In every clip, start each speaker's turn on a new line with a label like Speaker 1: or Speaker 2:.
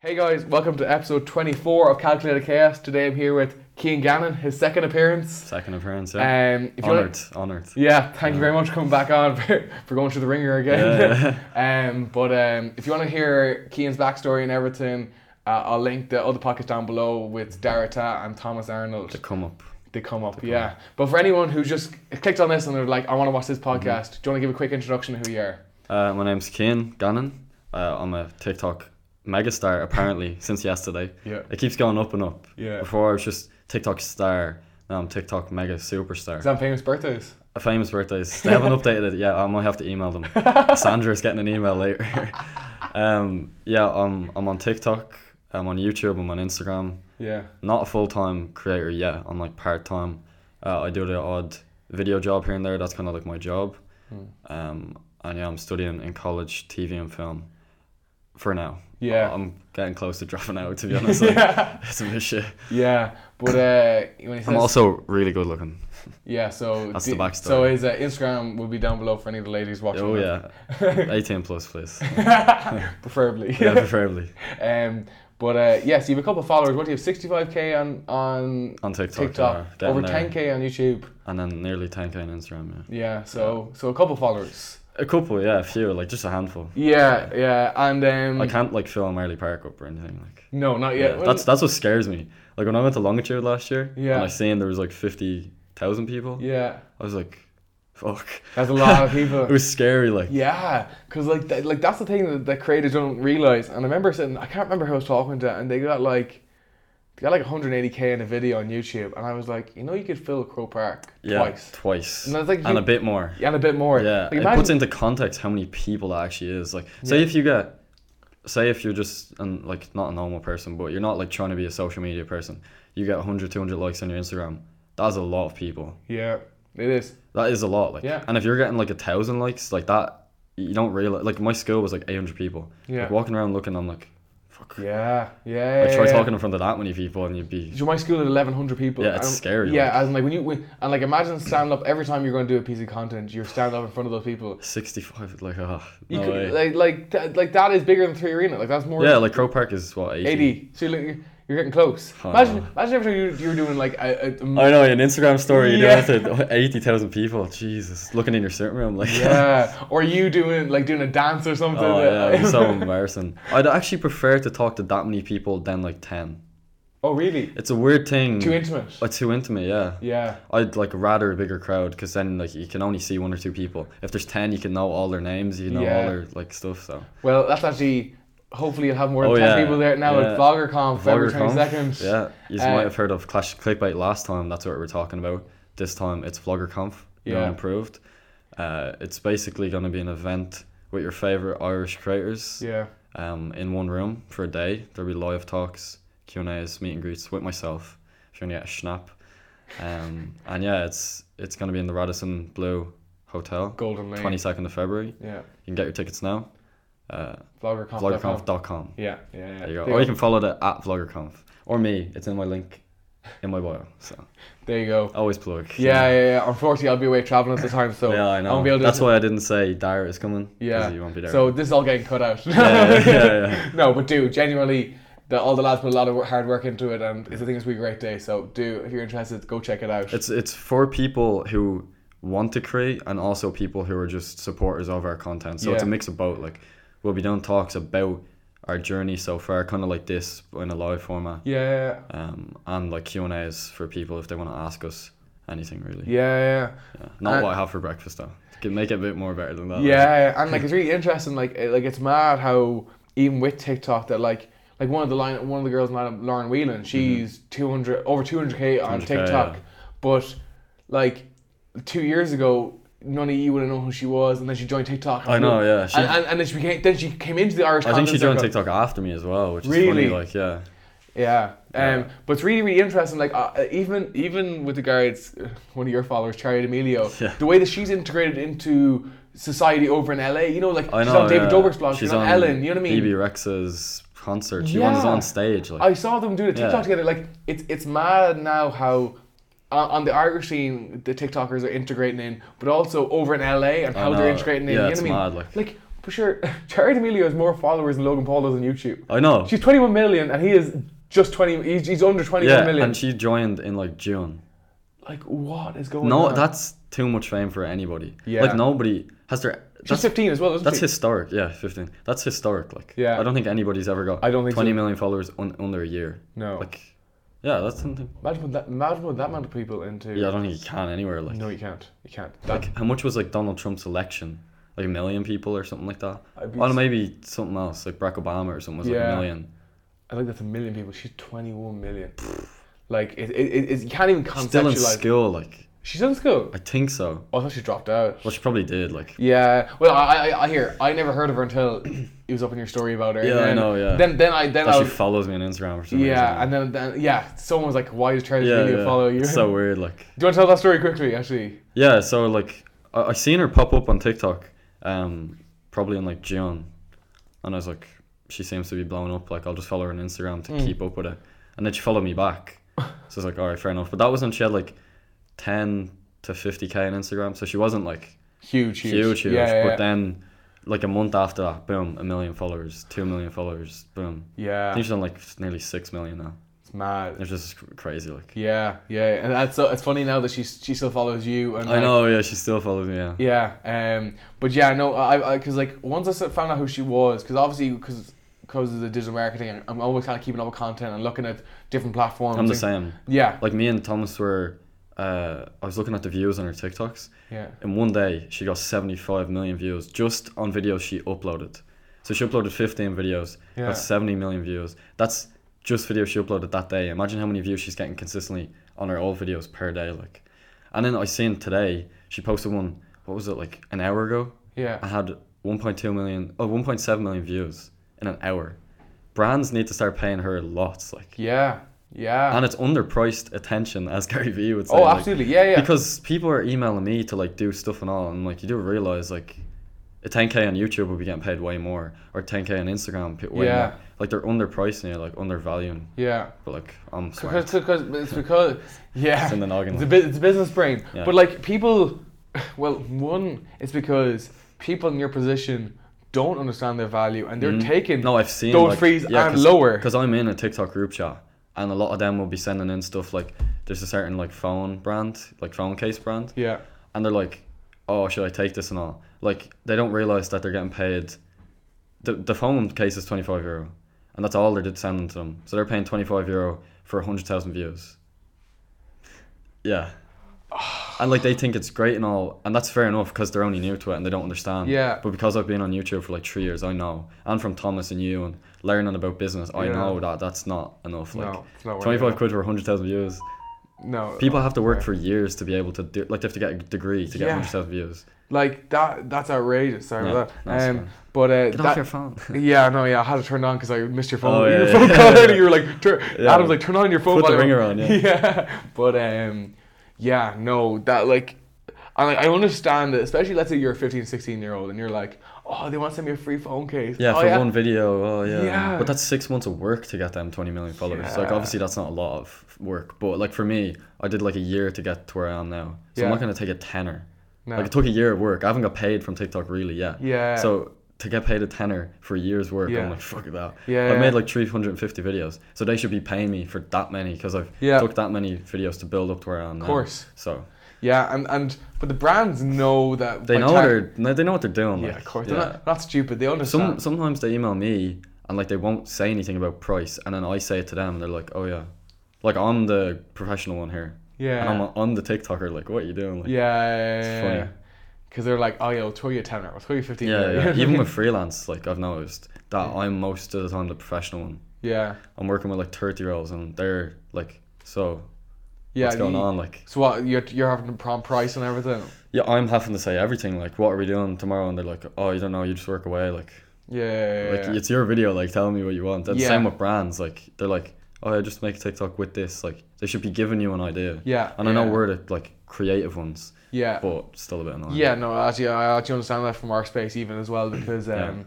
Speaker 1: Hey guys, welcome to episode 24 of Calculated Chaos. Today I'm here with Kean Gannon, his second appearance.
Speaker 2: Second appearance, yeah.
Speaker 1: Um, if you wanna-
Speaker 2: honored, honored.
Speaker 1: yeah, thank you very much for coming back on for, for going through the ringer again. um, but um, if you want to hear Kean's backstory and everything, uh, I'll link the other pockets down below with Darata and Thomas Arnold.
Speaker 2: To come up.
Speaker 1: They come up, yeah. But for anyone who just clicked on this and they're like, I want to watch this podcast, do you want to give a quick introduction to who you are?
Speaker 2: Uh, my name's Kane Gannon. Uh, I'm a TikTok megastar, apparently, since yesterday.
Speaker 1: Yeah.
Speaker 2: It keeps going up and up.
Speaker 1: Yeah.
Speaker 2: Before I was just TikTok star, now I'm TikTok mega superstar.
Speaker 1: Is that famous birthdays?
Speaker 2: a famous birthdays. They haven't updated it yet. I might have to email them. Sandra's getting an email later. um, yeah, I'm, I'm on TikTok, I'm on YouTube, I'm on Instagram.
Speaker 1: Yeah.
Speaker 2: not a full time creator yet. I'm like part time. Uh, I do the odd video job here and there. That's kind of like my job. Um, and yeah, I'm studying in college TV and film for now.
Speaker 1: Yeah.
Speaker 2: I'm getting close to dropping out, to be honest. Like,
Speaker 1: Yeah.
Speaker 2: It's a bit shit.
Speaker 1: Yeah. But uh, when he says,
Speaker 2: I'm also really good looking.
Speaker 1: Yeah, so
Speaker 2: That's the backstory.
Speaker 1: So his uh, Instagram will be down below for any of the ladies watching. uh,
Speaker 2: Oh,
Speaker 1: this.
Speaker 2: yeah. 18 plus, please.
Speaker 1: preferably.
Speaker 2: Yeah, preferably.
Speaker 1: um, but uh, yeah, so you have a couple of followers. What do you have? 65k on on
Speaker 2: On TikTok.
Speaker 1: TikTok,
Speaker 2: yeah,
Speaker 1: over
Speaker 2: getting uh, there.
Speaker 1: 10k on YouTube.
Speaker 2: And then nearly 10k on Instagram, yeah.
Speaker 1: Yeah, so so a couple of followers.
Speaker 2: A couple, yeah, a few, like just a handful.
Speaker 1: Yeah, yeah, and um,
Speaker 2: I can't like fill Marley Park up or anything. Like,
Speaker 1: no, not
Speaker 2: Yeah,
Speaker 1: yet. Well,
Speaker 2: that's that's what scares me. Like when I went to Longitude last year,
Speaker 1: Yeah.
Speaker 2: and I seen there was like fifty thousand people.
Speaker 1: yeah, Uh,
Speaker 2: I was like, fuck.
Speaker 1: that's a lot of
Speaker 2: It
Speaker 1: people.
Speaker 2: was scary. Like,
Speaker 1: Yeah, because like that, like that's the thing that, that creators don't realize. And I remember sitting, I can't remember who I was talking to, and they got like. They got like 180k in a video on YouTube, and I was like, you know, you could fill Crow Park
Speaker 2: yeah,
Speaker 1: twice.
Speaker 2: twice,
Speaker 1: And I was like,
Speaker 2: and
Speaker 1: you-
Speaker 2: a bit more.
Speaker 1: Yeah, and a bit more.
Speaker 2: Yeah,
Speaker 1: Like,
Speaker 2: it
Speaker 1: imagine-
Speaker 2: puts into context how many people that actually is. Like, say if you get, say if you're just an, like not a normal person, but you're not like trying to be a social media person, you get 100, 200 likes on your Instagram. That's a lot of people.
Speaker 1: yeah, it is.
Speaker 2: That is a lot. Like,
Speaker 1: Yeah.
Speaker 2: And if you're getting like a thousand likes, like that, you don't realize. Like my school was like 800 people.
Speaker 1: Yeah.
Speaker 2: Like, walking around looking, I'm like, fuck.
Speaker 1: Yeah, yeah.
Speaker 2: Like, try
Speaker 1: yeah.
Speaker 2: talking in front of that many people, and you'd be.
Speaker 1: So my school had 1,100 people.
Speaker 2: Yeah, it's
Speaker 1: and-
Speaker 2: scary,
Speaker 1: Yeah,
Speaker 2: like.
Speaker 1: as in like when you when, and like imagine stand up every time you're going to do a piece of content, you're stand up in front of those people.
Speaker 2: 65 like oh
Speaker 1: You
Speaker 2: no way.
Speaker 1: could, like like that, like that is bigger than three arena. Like that's more.
Speaker 2: yeah like crow park is what 80,
Speaker 1: 80. So you're, like, you're getting close.
Speaker 2: Oh.
Speaker 1: Imagine imagine every time you you were doing like a, a- a m-
Speaker 2: i know an instagram story
Speaker 1: Yeah.
Speaker 2: you don't have to 80000 people jesus looking in your sitting room like
Speaker 1: yeah, or you doing like doing a dance or something.
Speaker 2: oh yeah it'd be so embarrassing i'd actually prefer to talk to that many people than like 10
Speaker 1: Oh, really?
Speaker 2: it's a weird thing
Speaker 1: Too intimate.
Speaker 2: Oh, too intimate yeah
Speaker 1: Yeah.
Speaker 2: I'd like rather a bigger crowd because then like you can only see one or two people. If there's ten, you can know all their names, you know
Speaker 1: Yeah.
Speaker 2: all their like stuff. So
Speaker 1: Well, that's actually. Hopefully, you'll have more than
Speaker 2: Oh,
Speaker 1: 10
Speaker 2: yeah,
Speaker 1: people there now
Speaker 2: yeah.
Speaker 1: at VloggerConf February
Speaker 2: Vulgar Conf,
Speaker 1: 22nd.
Speaker 2: Yeah, you
Speaker 1: Uh,
Speaker 2: might have heard of Clash of Clickbait last time. That's what we were talking about. This time it's Vlogger Conf. new and
Speaker 1: Yeah.
Speaker 2: improved. Uh, it's basically going to be an event with your favorite Irish creators.
Speaker 1: Yeah.
Speaker 2: Um, in one room for a day. There'll be live talks, Q and A's, meet and greets with myself. If you want to get a snap. Um, and yeah, it's it's going to be in the Radisson Blue Hotel,
Speaker 1: Golden Lane.
Speaker 2: twenty second of February. You
Speaker 1: Yeah.
Speaker 2: can get your tickets now. Uh,
Speaker 1: VloggerConf.com.
Speaker 2: vloggerconf.com.
Speaker 1: Yeah, yeah, yeah.
Speaker 2: There you go. Oh,
Speaker 1: There
Speaker 2: Or you
Speaker 1: you
Speaker 2: can follow the at vloggerconf or me. It's in my link, in my bio. So
Speaker 1: There you go.
Speaker 2: always plug.
Speaker 1: Yeah, yeah, yeah. Unfortunately, I'll be away traveling at the time, so
Speaker 2: Yeah, I
Speaker 1: won't
Speaker 2: know.
Speaker 1: be able to.
Speaker 2: That's why I didn't say Dara is coming. 'cause
Speaker 1: yeah.
Speaker 2: You won't be there.
Speaker 1: So this is all getting cut out.
Speaker 2: yeah, yeah, yeah.
Speaker 1: no, but do genuinely. The, all the lads put a lot of wor- hard work into it, and it's, I think it's gonna be a great day. So do if you're interested, go check it out.
Speaker 2: It's it's for people who want to create and also people who are just supporters of our content. So it's a
Speaker 1: Yeah.
Speaker 2: mix of both. Like we'll be doing talks about our journey so far, kind of like this but in a live format,
Speaker 1: yeah,
Speaker 2: um, and like Q and A's for people if they want to ask us anything really.
Speaker 1: yeah,
Speaker 2: Yeah. Not
Speaker 1: Uh,
Speaker 2: what I have for breakfast though. Can make it a bit more better than that.
Speaker 1: yeah,
Speaker 2: like.
Speaker 1: yeah. And like it's really interesting. Like it- like it's mad how even with TikTok that like like one of the line one of the girls in the lineup, Lauren Whelan,
Speaker 2: Mm-hmm.
Speaker 1: she's two hundred over two hundred k on
Speaker 2: 200K,
Speaker 1: TikTok,
Speaker 2: yeah.
Speaker 1: but like two years ago. None of you would have known who she was, and then she joined TikTok.
Speaker 2: I know, yeah. She-
Speaker 1: and, and, and then she became, then she came into the Irish.
Speaker 2: I think she
Speaker 1: content
Speaker 2: joined
Speaker 1: circle.
Speaker 2: TikTok after me as well, which is
Speaker 1: Really?
Speaker 2: funny. Like, yeah,
Speaker 1: Yeah. Um,
Speaker 2: Yeah.
Speaker 1: But it's really, really interesting. Like uh, uh, even even with the guards, one of your followers, Charlie D'Amelio,
Speaker 2: Yeah.
Speaker 1: the way that she's integrated into society over in LA. You know, like
Speaker 2: I know.
Speaker 1: she's on David
Speaker 2: yeah.
Speaker 1: Dobrik's blog. She's, on, Ellen. You know what I mean?
Speaker 2: BB Rex's concert. She was
Speaker 1: Yeah.
Speaker 2: on stage. Like,
Speaker 1: I saw them do the TikTok
Speaker 2: Yeah.
Speaker 1: together. Like it's it's mad now how. On on the Irish scene, the TikTokers are integrating in, but also over in LA and
Speaker 2: I
Speaker 1: how they're
Speaker 2: know.
Speaker 1: integrating in.
Speaker 2: Yeah,
Speaker 1: you know
Speaker 2: it's
Speaker 1: what I mean?
Speaker 2: mad, like-
Speaker 1: like But sure, Jared Emilio has more followers than Logan Paul does on YouTube.
Speaker 2: I know.
Speaker 1: She's 21 million and he is just 20, he's, he's under twenty one
Speaker 2: yeah,
Speaker 1: million.
Speaker 2: and she joined in like June.
Speaker 1: like, what is going
Speaker 2: No,
Speaker 1: on?
Speaker 2: that's too much fame for anybody.
Speaker 1: Oh, Yeah.
Speaker 2: Like nobody has their.
Speaker 1: She's
Speaker 2: That's,
Speaker 1: 15 as well, isn't
Speaker 2: that's
Speaker 1: she?
Speaker 2: historic. Yeah, fifteen. That's historic. Like.
Speaker 1: Yeah.
Speaker 2: I don't think anybody's ever got.
Speaker 1: I don't think
Speaker 2: twenty
Speaker 1: so.
Speaker 2: million followers un- under a year.
Speaker 1: No.
Speaker 2: Like. Yeah, that's something.
Speaker 1: imagine, putting that, imagine putting that amount of people into.
Speaker 2: Yeah, I don't think you can anywhere. Like.
Speaker 1: No, you can't. You can't. That,
Speaker 2: Like, how much was like Donald Trump's election? Like a million people or something like that.
Speaker 1: I'd be
Speaker 2: Or
Speaker 1: s-
Speaker 2: maybe something else, like Barack Obama or something was like
Speaker 1: Yeah.
Speaker 2: a million.
Speaker 1: I think that's a million people. She's 21 million. like, it, it, it, you can't even conceptualize.
Speaker 2: Still in school, like
Speaker 1: She's in school.
Speaker 2: I think so.
Speaker 1: Oh, I thought she dropped out.
Speaker 2: Well, she probably did. Like
Speaker 1: Yeah. Well, I, I, I hear. I never heard of her until it was up in your story about her. and
Speaker 2: Yeah, I
Speaker 1: then,
Speaker 2: know, yeah.
Speaker 1: Then, then I, then
Speaker 2: that
Speaker 1: I
Speaker 2: she
Speaker 1: was,
Speaker 2: follows me on Instagram or something.
Speaker 1: yeah, and then, then, yeah, someone was like, "Why does Charlie
Speaker 2: yeah,
Speaker 1: Video
Speaker 2: yeah.
Speaker 1: follow you?"
Speaker 2: It's so weird. Like
Speaker 1: Do you want to tell that story quickly? Actually,
Speaker 2: yeah, so like I, I seen her pop up on TikTok, um, probably in like June, and I was like, she seems to be blowing up. Like I'll just follow her on Instagram
Speaker 1: Hmm.
Speaker 2: to keep up with it, and then she followed me back. so I was like, all right, fair enough. But that was when she had like ten to fifty k on Instagram, so she wasn't like
Speaker 1: huge, huge,
Speaker 2: huge, huge.
Speaker 1: Yeah, yeah,
Speaker 2: But then, like a month after that, boom, a million followers, two million followers, boom. I
Speaker 1: yeah.
Speaker 2: think she's on like nearly six million now.
Speaker 1: it's mad.
Speaker 2: It's just cr- crazy, like.
Speaker 1: Yeah, yeah, and that's so. It's funny now that she she still follows you. And
Speaker 2: I
Speaker 1: like,
Speaker 2: know, yeah, she still follows me, yeah.
Speaker 1: Yeah, um, but yeah, no, I, I, cause like once I s- found out who she was, cause obviously, cause, cause of the digital marketing, I'm always kind of keeping up with content and looking at different platforms.
Speaker 2: I'm the
Speaker 1: and-
Speaker 2: same.
Speaker 1: Yeah,
Speaker 2: Like me and Thomas were, uh, I was looking at the views on her TikToks,
Speaker 1: yeah,
Speaker 2: and one day she got 75 million views just on videos she uploaded. So she uploaded 15 videos,
Speaker 1: Yeah.
Speaker 2: got 70 million views. That's just videos she uploaded that day. Imagine how many views she's getting consistently on her old videos per day, like. And then I seen today she posted one. What was it like an hour ago? I
Speaker 1: yeah.
Speaker 2: had 1.2 million, oh, 1.7 million views in an hour. Brands need to start paying her lots, like,
Speaker 1: Yeah, yeah.
Speaker 2: and it's underpriced attention, as Gary Vee would say.
Speaker 1: oh,
Speaker 2: like,
Speaker 1: absolutely. Yeah, yeah.
Speaker 2: Because people are emailing me to like do stuff and all, and like you do realize like a 10k on YouTube would be getting paid way more, or 10k on Instagram p- way
Speaker 1: Yeah.
Speaker 2: more. Like they're underpricing it, like undervaluing.
Speaker 1: yeah.
Speaker 2: But like I'm sorry,
Speaker 1: Because, because it's because yeah,
Speaker 2: It's in the noggin,
Speaker 1: It's, a
Speaker 2: like.
Speaker 1: bit, it's a business brain.
Speaker 2: Yeah.
Speaker 1: But like people, well, one, it's because people in your position don't understand their value and they're taking
Speaker 2: Mm-hmm. no, I've seen
Speaker 1: those
Speaker 2: like,
Speaker 1: fees and lower.
Speaker 2: because I'm in a TikTok group chat, and a lot of them will be sending in stuff like there's a certain like phone brand, like phone case brand,
Speaker 1: Yeah,
Speaker 2: and they're like, "Oh, should I take this and all?" Like they don't realize that they're getting paid. The the phone case is twenty five euro, and that's all they're sending to them. So they're paying twenty five euro for hundred thousand views. Yeah. And like they think it's great and all, and that's fair enough because they're only new to it and they don't understand.
Speaker 1: Yeah.
Speaker 2: But because I've been on YouTube for like three years, I know, and from Thomas and you and learning about business, I
Speaker 1: Yeah.
Speaker 2: know that that's not enough. Like
Speaker 1: No, it's not worth it.
Speaker 2: twenty five quid for hundred thousand views.
Speaker 1: no.
Speaker 2: People have to work for years to be able to do. Like they have to get a degree to get
Speaker 1: Yeah.
Speaker 2: hundred thousand views.
Speaker 1: Like that. That's outrageous. Sorry
Speaker 2: Yeah,
Speaker 1: about
Speaker 2: no, it's
Speaker 1: that. Um,
Speaker 2: fine.
Speaker 1: but uh,
Speaker 2: Get
Speaker 1: that,
Speaker 2: off your phone.
Speaker 1: yeah, no, yeah, I had it turned on because I missed your phone.
Speaker 2: Oh, yeah,
Speaker 1: your
Speaker 2: yeah,
Speaker 1: phone
Speaker 2: yeah,
Speaker 1: call
Speaker 2: yeah.
Speaker 1: out, and you were like, tur-
Speaker 2: Yeah.
Speaker 1: Adam's like, turn on your phone.
Speaker 2: Put the
Speaker 1: volume."
Speaker 2: ringer on, yeah.
Speaker 1: yeah. But um, yeah, no, that like, I like, I understand that, especially let's say you're a 15, 16 year old, and you're like, oh, they want to send me a free phone case.
Speaker 2: Yeah,
Speaker 1: oh,
Speaker 2: for one video. Oh yeah.
Speaker 1: Yeah.
Speaker 2: But that's six months of work to get them twenty million followers. Like
Speaker 1: Yeah.
Speaker 2: obviously that's not a lot of work, but like for me, I did like a year to get to where I am now. So
Speaker 1: Yeah.
Speaker 2: I'm not gonna take a tenner.
Speaker 1: No.
Speaker 2: Like it took a year of work. I haven't got paid from TikTok really yet.
Speaker 1: Yeah.
Speaker 2: So to get paid a tenner for a year's work,
Speaker 1: Yeah.
Speaker 2: I'm like fuck that.
Speaker 1: Yeah,
Speaker 2: I've
Speaker 1: yeah.
Speaker 2: made like three hundred and fifty videos, so they should be paying me for that many because I've
Speaker 1: Yeah.
Speaker 2: took that many videos to build up to where I am. Of
Speaker 1: course.
Speaker 2: So
Speaker 1: yeah, and and but the brands know that
Speaker 2: they
Speaker 1: by
Speaker 2: know
Speaker 1: time-
Speaker 2: they're no, they know what they're doing.
Speaker 1: Yeah,
Speaker 2: like,
Speaker 1: of course.
Speaker 2: yeah.
Speaker 1: They're not, not stupid. They understand.
Speaker 2: Some sometimes they email me and like they won't say anything about price, and then I say it to them, and they're like, "Oh yeah," like I'm the professional one here,
Speaker 1: yeah.
Speaker 2: and I'm I'm the TikToker. Like, what are you doing? Like, funny.
Speaker 1: Yeah. Because they're like, oh, yeah, I'll throw you a tenner. I'll throw you 15
Speaker 2: yeah,
Speaker 1: euro."
Speaker 2: yeah. Even with freelance, like I've noticed that I'm most of the time the professional one.
Speaker 1: yeah.
Speaker 2: I'm working with like thirty year olds, and they're like, "So
Speaker 1: Yeah.
Speaker 2: what's going
Speaker 1: you-
Speaker 2: on?" Like,
Speaker 1: So what, you're, you're having to prompt price and everything?
Speaker 2: yeah, I'm having to say everything. Like, what are we doing tomorrow? And they're like, "Oh, you don't know. You just work away." Like,
Speaker 1: Yeah, yeah, yeah,
Speaker 2: Like
Speaker 1: yeah.
Speaker 2: it's your video, like tell me what you want. And
Speaker 1: Yeah.
Speaker 2: same with brands, like they're like, Oh, I just make a TikTok with this. Like they should be giving you an idea.
Speaker 1: Yeah,
Speaker 2: And I know
Speaker 1: yeah.
Speaker 2: we're the like creative ones,
Speaker 1: yeah.
Speaker 2: but still a bit annoying.
Speaker 1: Yeah, no, actually, I actually understand that from our space even as well because um,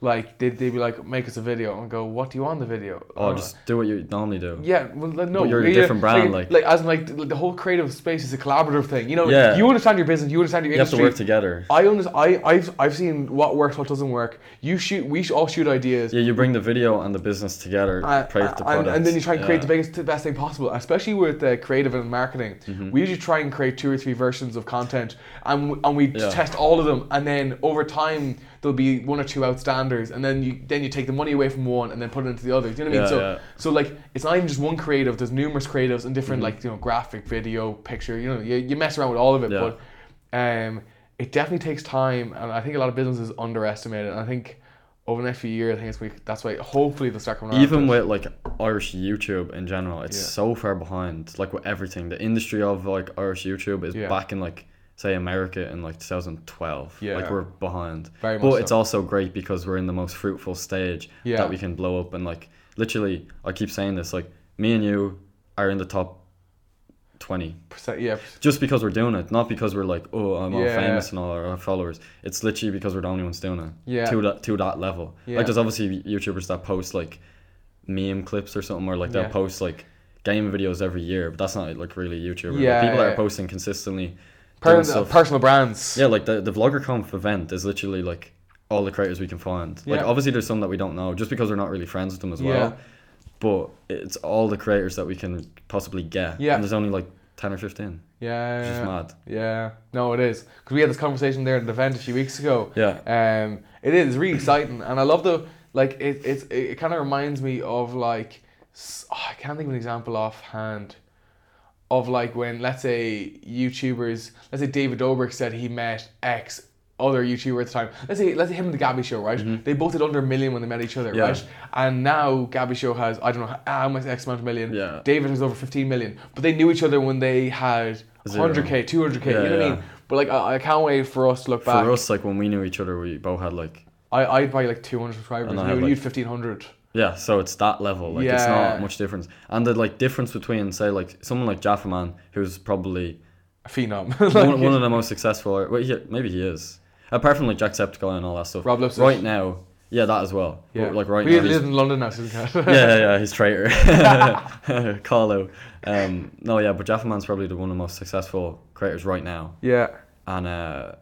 Speaker 1: like they'd, they'd be like, make us a video and go, what do you want the video?
Speaker 2: Oh,
Speaker 1: Uh,
Speaker 2: just do what you normally do.
Speaker 1: yeah, well, like, no,
Speaker 2: But you're a
Speaker 1: yeah,
Speaker 2: different brand, like-
Speaker 1: like as in, like the, the whole creative space is a collaborative thing. You know,
Speaker 2: Yeah.
Speaker 1: you understand your business, you understand your
Speaker 2: You have to
Speaker 1: industry.
Speaker 2: work together.
Speaker 1: I understand. I I've I've seen what works, what doesn't work. You shoot. We sh- all shoot ideas.
Speaker 2: Yeah, you bring the video and the business together,
Speaker 1: Uh,
Speaker 2: create the
Speaker 1: uh, and,
Speaker 2: product.
Speaker 1: and then you try and create
Speaker 2: Yeah.
Speaker 1: the biggest, the best thing possible, especially with uh, creative and marketing.
Speaker 2: Mm-hmm.
Speaker 1: We usually try and create two or three versions of content, and w- and we
Speaker 2: Yeah.
Speaker 1: test all of them, and then over time there'll be one or two outstanders, and then you then you take the money away from one and then put it into the other. Do you know what I mean?
Speaker 2: Yeah,
Speaker 1: so
Speaker 2: yeah.
Speaker 1: so like it's not even just one creative. There's numerous creatives and different
Speaker 2: Mm-hmm.
Speaker 1: like you know graphic, video, picture. You know you, you mess around with all of it,
Speaker 2: Yeah.
Speaker 1: but um, it definitely takes time, and I think a lot of businesses underestimate it. And I think. Over the next few years, I think it's gonna- that's why hopefully they'll start coming around. to
Speaker 2: even
Speaker 1: it.
Speaker 2: with like Irish YouTube in general, it's
Speaker 1: Yeah.
Speaker 2: so far behind. Like with everything, the industry of like Irish YouTube is
Speaker 1: Yeah.
Speaker 2: back in like say America in like 2012.
Speaker 1: Yeah.
Speaker 2: like we're behind.
Speaker 1: Very
Speaker 2: but
Speaker 1: much
Speaker 2: it's
Speaker 1: so.
Speaker 2: also great because we're in the most fruitful stage
Speaker 1: Yeah.
Speaker 2: that we can blow up and like literally. I keep saying this like me and you are in the top twenty
Speaker 1: percent. Yeah,
Speaker 2: just because we're doing it, not because we're like, oh, I'm all
Speaker 1: Yeah.
Speaker 2: famous and all our followers. It's literally because we're the only ones doing it.
Speaker 1: Yeah.
Speaker 2: To that to that level.
Speaker 1: Yeah.
Speaker 2: Like there's obviously YouTubers that post like meme clips or something, or like they'll
Speaker 1: Yeah.
Speaker 2: post like game videos every year, but that's not like really YouTuber. Like,
Speaker 1: Yeah,
Speaker 2: people that
Speaker 1: yeah.
Speaker 2: are posting consistently.
Speaker 1: Per-
Speaker 2: doing stuff.
Speaker 1: personal brands.
Speaker 2: yeah, like the the VloggerConf event is literally like all the creators we can find. Like
Speaker 1: Yeah.
Speaker 2: obviously there's some that we don't know just because we're not really friends with them as
Speaker 1: Yeah.
Speaker 2: well. But it's all the creators that we can possibly get.
Speaker 1: Yeah.
Speaker 2: And there's only like ten or fifteen.
Speaker 1: Yeah,
Speaker 2: Which is
Speaker 1: yeah,
Speaker 2: mad.
Speaker 1: yeah. No, it is because we had this conversation there at an event a few weeks ago.
Speaker 2: Yeah.
Speaker 1: Um, it is really exciting, and I love the like. It it's, it, it kind of reminds me of like s oh, I can't think of an example offhand of like when let's say YouTubers, let's say David Dobrik said he met X other YouTuber at the time. Let's say let's say him and the Gabby Show, right? They both did under a million when they met each other,
Speaker 2: Mm-hmm. Yeah.
Speaker 1: right? And now Gabby Show has I don't know how much X amount of million.
Speaker 2: Yeah.
Speaker 1: David has over fifteen million, but they knew each other when they had
Speaker 2: Zero.
Speaker 1: 100k, 200k. you know
Speaker 2: Yeah,
Speaker 1: what I
Speaker 2: yeah.
Speaker 1: mean? But like I, I can't wait for us to look back.
Speaker 2: For us, like when we knew each other, we both had like
Speaker 1: I I'd buy like 200 subscribers.
Speaker 2: And I
Speaker 1: You
Speaker 2: have,
Speaker 1: would
Speaker 2: like-
Speaker 1: need 1500.
Speaker 2: yeah. So it's that level. Like it's
Speaker 1: Yeah.
Speaker 2: not much difference. And the like difference between say like someone like Jaffa Man, who's probably
Speaker 1: A phenom.
Speaker 2: one, one of the most successful. Or, well, he, maybe he is. Apart from like Jacksepticeye and all that stuff.
Speaker 1: Rob Lipsitch.
Speaker 2: Right now, yeah, that as well. Yeah. But, like right
Speaker 1: we
Speaker 2: now, he's-
Speaker 1: live in London now, so we can't.
Speaker 2: yeah, yeah, yeah, he's traitor. Call out. Um, no, yeah, but Jaffa Man's probably the one of the most successful creators right now.
Speaker 1: yeah.
Speaker 2: And uh,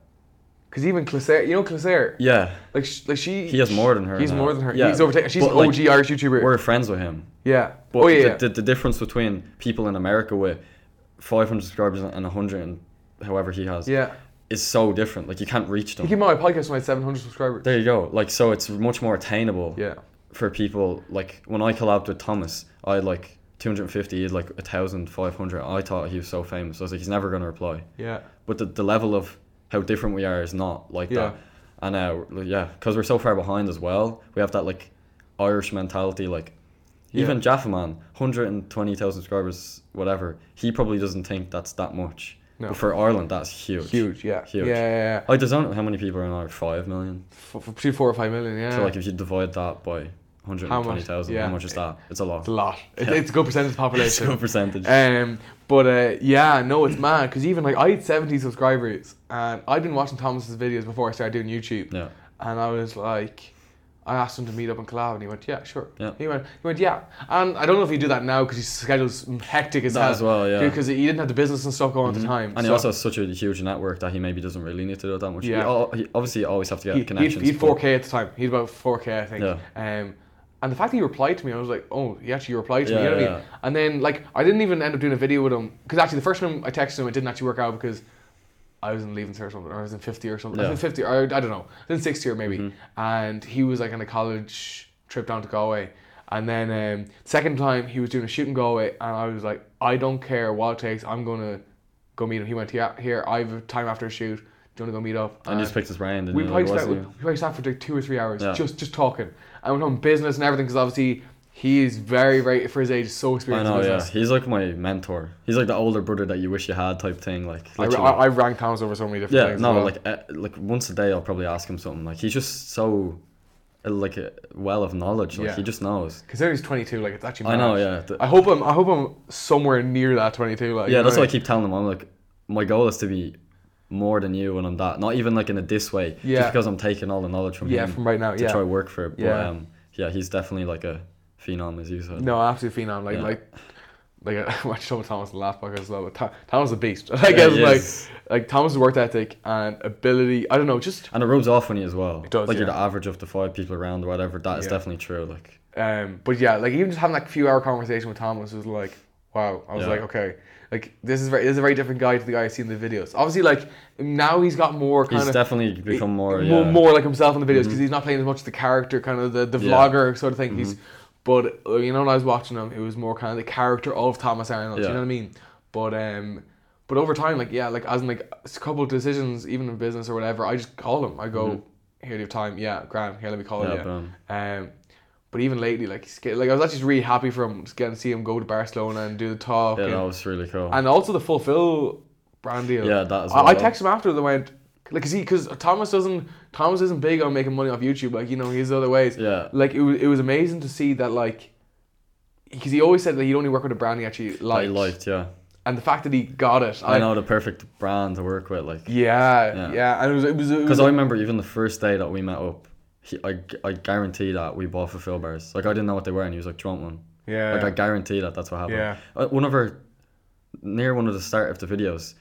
Speaker 1: Because even Claire, you know Claire,
Speaker 2: yeah,
Speaker 1: like sh- like she.
Speaker 2: he has more than her.
Speaker 1: He's
Speaker 2: now.
Speaker 1: more than her.
Speaker 2: Yeah,
Speaker 1: He's overtaken. She's
Speaker 2: but,
Speaker 1: an
Speaker 2: like,
Speaker 1: OG Irish YouTuber.
Speaker 2: We're friends with him.
Speaker 1: yeah.
Speaker 2: But
Speaker 1: oh yeah.
Speaker 2: the, the, the difference between people in America with 500 subscribers and 100 and however he has
Speaker 1: yeah.
Speaker 2: is so different. Like you can't reach
Speaker 1: He
Speaker 2: them.
Speaker 1: came out my podcast when I had 700 subscribers.
Speaker 2: there you go. Like so, it's much more attainable
Speaker 1: yeah.
Speaker 2: for people. Like when I collabed with Thomas, I had like 250, he had like 1,500. I thought he was so famous. I was like, he's never gonna reply.
Speaker 1: Yeah.
Speaker 2: But the, the level of how different we are is not like
Speaker 1: Yeah.
Speaker 2: that. And uh, we're- yeah, because we're so far behind as well. We have that like Irish mentality, like.
Speaker 1: Yeah.
Speaker 2: Even Jaffa Man, 120,000 subscribers, whatever, he probably doesn't think that's that much.
Speaker 1: No.
Speaker 2: But for Ireland, that's huge.
Speaker 1: Huge. Yeah.
Speaker 2: Huge.
Speaker 1: Yeah. yeah, yeah.
Speaker 2: Like, there's only, how many people are in Ireland? 5 million?
Speaker 1: F- f- between four or five million. Yeah.
Speaker 2: So, like, if you divide that by 120,000, how,
Speaker 1: yeah.
Speaker 2: much is that? It's a lot.
Speaker 1: it's a lot. It, it's a good percentage of the
Speaker 2: It's a
Speaker 1: population.
Speaker 2: good percentage.
Speaker 1: Um, but uh, yeah, no, it's mad because even like I had 70 subscribers and I'd been watching Thomas's videos before I started doing YouTube.
Speaker 2: yeah.
Speaker 1: And I was like, I asked him to meet up in collab, and he went, "Yeah, sure."
Speaker 2: Yeah.
Speaker 1: He went, he went, "Yeah." And I don't know if he do that now because his schedule's hectic as
Speaker 2: That
Speaker 1: hell.
Speaker 2: as well, yeah. Mm-hmm.
Speaker 1: Because he didn't have the business and stuff going on at the time.
Speaker 2: And he
Speaker 1: so
Speaker 2: also has such a huge network that he maybe doesn't really need to do it that much.
Speaker 1: Yeah.
Speaker 2: Yeah. He, al- he obviously you always have to get
Speaker 1: he, he'd,
Speaker 2: connections.
Speaker 1: he'd
Speaker 2: but-
Speaker 1: 4K at the time. He'd about 4K, I think.
Speaker 2: Yeah.
Speaker 1: Um, and the fact that he replied to me, I was like, "Oh, he actually replied to me."
Speaker 2: Yeah,
Speaker 1: You know what I
Speaker 2: yeah.
Speaker 1: mean? And then like I didn't even end up doing a video with him because actually the first time I texted him, it didn't actually work out because I was in leaving or something, or I was in fifty or something. I
Speaker 2: Yeah. Mm-hmm.
Speaker 1: was in fifty, or I don't know, I was in sixty or maybe. And he was like on a college trip down to Galway, and then um, second time he was doing a shoot in Galway, and I was like, I don't care what it takes, I'm gonna go meet him. He went, yeah, here I've time after a shoot. Do you want to go meet up?
Speaker 2: And he just picked his brain.
Speaker 1: uh, we
Speaker 2: Didn't
Speaker 1: probably
Speaker 2: he? Like,
Speaker 1: sat, we
Speaker 2: wasn't
Speaker 1: probably sat for like two or three hours
Speaker 2: Yeah.
Speaker 1: just just talking. I went on business and everything because obviously he is very very for his age so
Speaker 2: he? I
Speaker 1: experienced. in
Speaker 2: know, yeah.
Speaker 1: business.
Speaker 2: He's like my mentor. He's like the older brother that you wish you had type thing. Like,
Speaker 1: I,
Speaker 2: literally.
Speaker 1: I, I rank Thomas over so many different
Speaker 2: Yeah,
Speaker 1: things.
Speaker 2: no,
Speaker 1: as well.
Speaker 2: like uh, like once a day I'll probably ask him something. Like he's just so uh, like a well of knowledge. Like
Speaker 1: Yeah.
Speaker 2: he just knows.
Speaker 1: considering he's 22, like it's actually.
Speaker 2: I know.
Speaker 1: mad.
Speaker 2: Yeah. th-
Speaker 1: I hope I'm. I hope I'm somewhere near that 22. Like
Speaker 2: yeah.
Speaker 1: you
Speaker 2: That's
Speaker 1: know,
Speaker 2: what I keep telling him. I'm like, my goal is to be more than you and I'm that. Not even like in a this way.
Speaker 1: Yeah.
Speaker 2: Just because I'm taking all the knowledge from
Speaker 1: Yeah,
Speaker 2: him
Speaker 1: from right now.
Speaker 2: to
Speaker 1: Oh, Yeah.
Speaker 2: try work for it. But
Speaker 1: Yeah.
Speaker 2: um yeah, he's definitely like a phenom as you said.
Speaker 1: No, absolute phenom. Like
Speaker 2: Yeah.
Speaker 1: like like I watched some of Thomas in the last podcast as well. But Tho- Thomas is a beast. Like I guess
Speaker 2: he
Speaker 1: like
Speaker 2: is.
Speaker 1: like Thomas' work ethic and ability. I don't know. Just
Speaker 2: And it rubs off on you as well. It
Speaker 1: does,
Speaker 2: like you're
Speaker 1: yeah.
Speaker 2: the average of the five people around or whatever. That is
Speaker 1: Yeah.
Speaker 2: definitely true. Like
Speaker 1: um. But yeah, like even just having like a few hour conversation with Thomas was like wow. I was
Speaker 2: Yeah.
Speaker 1: like okay. Like this is very this is a very different guy to the guy I see in the videos. Obviously, like now he's got more kind
Speaker 2: he's
Speaker 1: of
Speaker 2: definitely become more,
Speaker 1: more,
Speaker 2: yeah. Mm-hmm.
Speaker 1: more like himself in the videos because he's not playing as much the character, kind of the, the
Speaker 2: Yeah. Mm-hmm.
Speaker 1: vlogger sort of thing. He's, but uh, you know, when I was watching him, it was more kind of the character of Thomas Arnold. You
Speaker 2: Yeah.
Speaker 1: know what I mean? But um, but over time, like yeah, like as in like a couple of decisions, even in business or whatever, I just call him. I go, here, do you have time? Yeah, Graham, here, let me call
Speaker 2: Mm-hmm. Yeah,
Speaker 1: you.
Speaker 2: boom.
Speaker 1: Um, but even lately, like he's get- like I was actually really happy for him, just getting to see him go to Barcelona and do the talk,
Speaker 2: Yeah,
Speaker 1: and,
Speaker 2: that was really cool.
Speaker 1: and also the fulfill brand deal.
Speaker 2: Yeah, that as
Speaker 1: I,
Speaker 2: well.
Speaker 1: I texted him after they went like, cause he, cause Thomas doesn't, Thomas isn't big on making money off YouTube. Like, you know, he has other ways.
Speaker 2: Yeah.
Speaker 1: Like it was, it was amazing to see that like, because he always said that he'd only work with a brand he actually
Speaker 2: I
Speaker 1: liked,
Speaker 2: liked, yeah.
Speaker 1: and the fact that he got it, I,
Speaker 2: I know the perfect brand to work with, like
Speaker 1: Yeah, yeah,
Speaker 2: Yeah.
Speaker 1: and it was, it was, it was
Speaker 2: Because I remember even the first day that we met up, he, I, gu- I guarantee that we bought fulfill bars. Like I didn't know what they were, and he was like, "Do you want one?"
Speaker 1: yeah,
Speaker 2: Like I guarantee that that's what happened.
Speaker 1: Yeah.
Speaker 2: Uh, One of our near one of the start of the videos,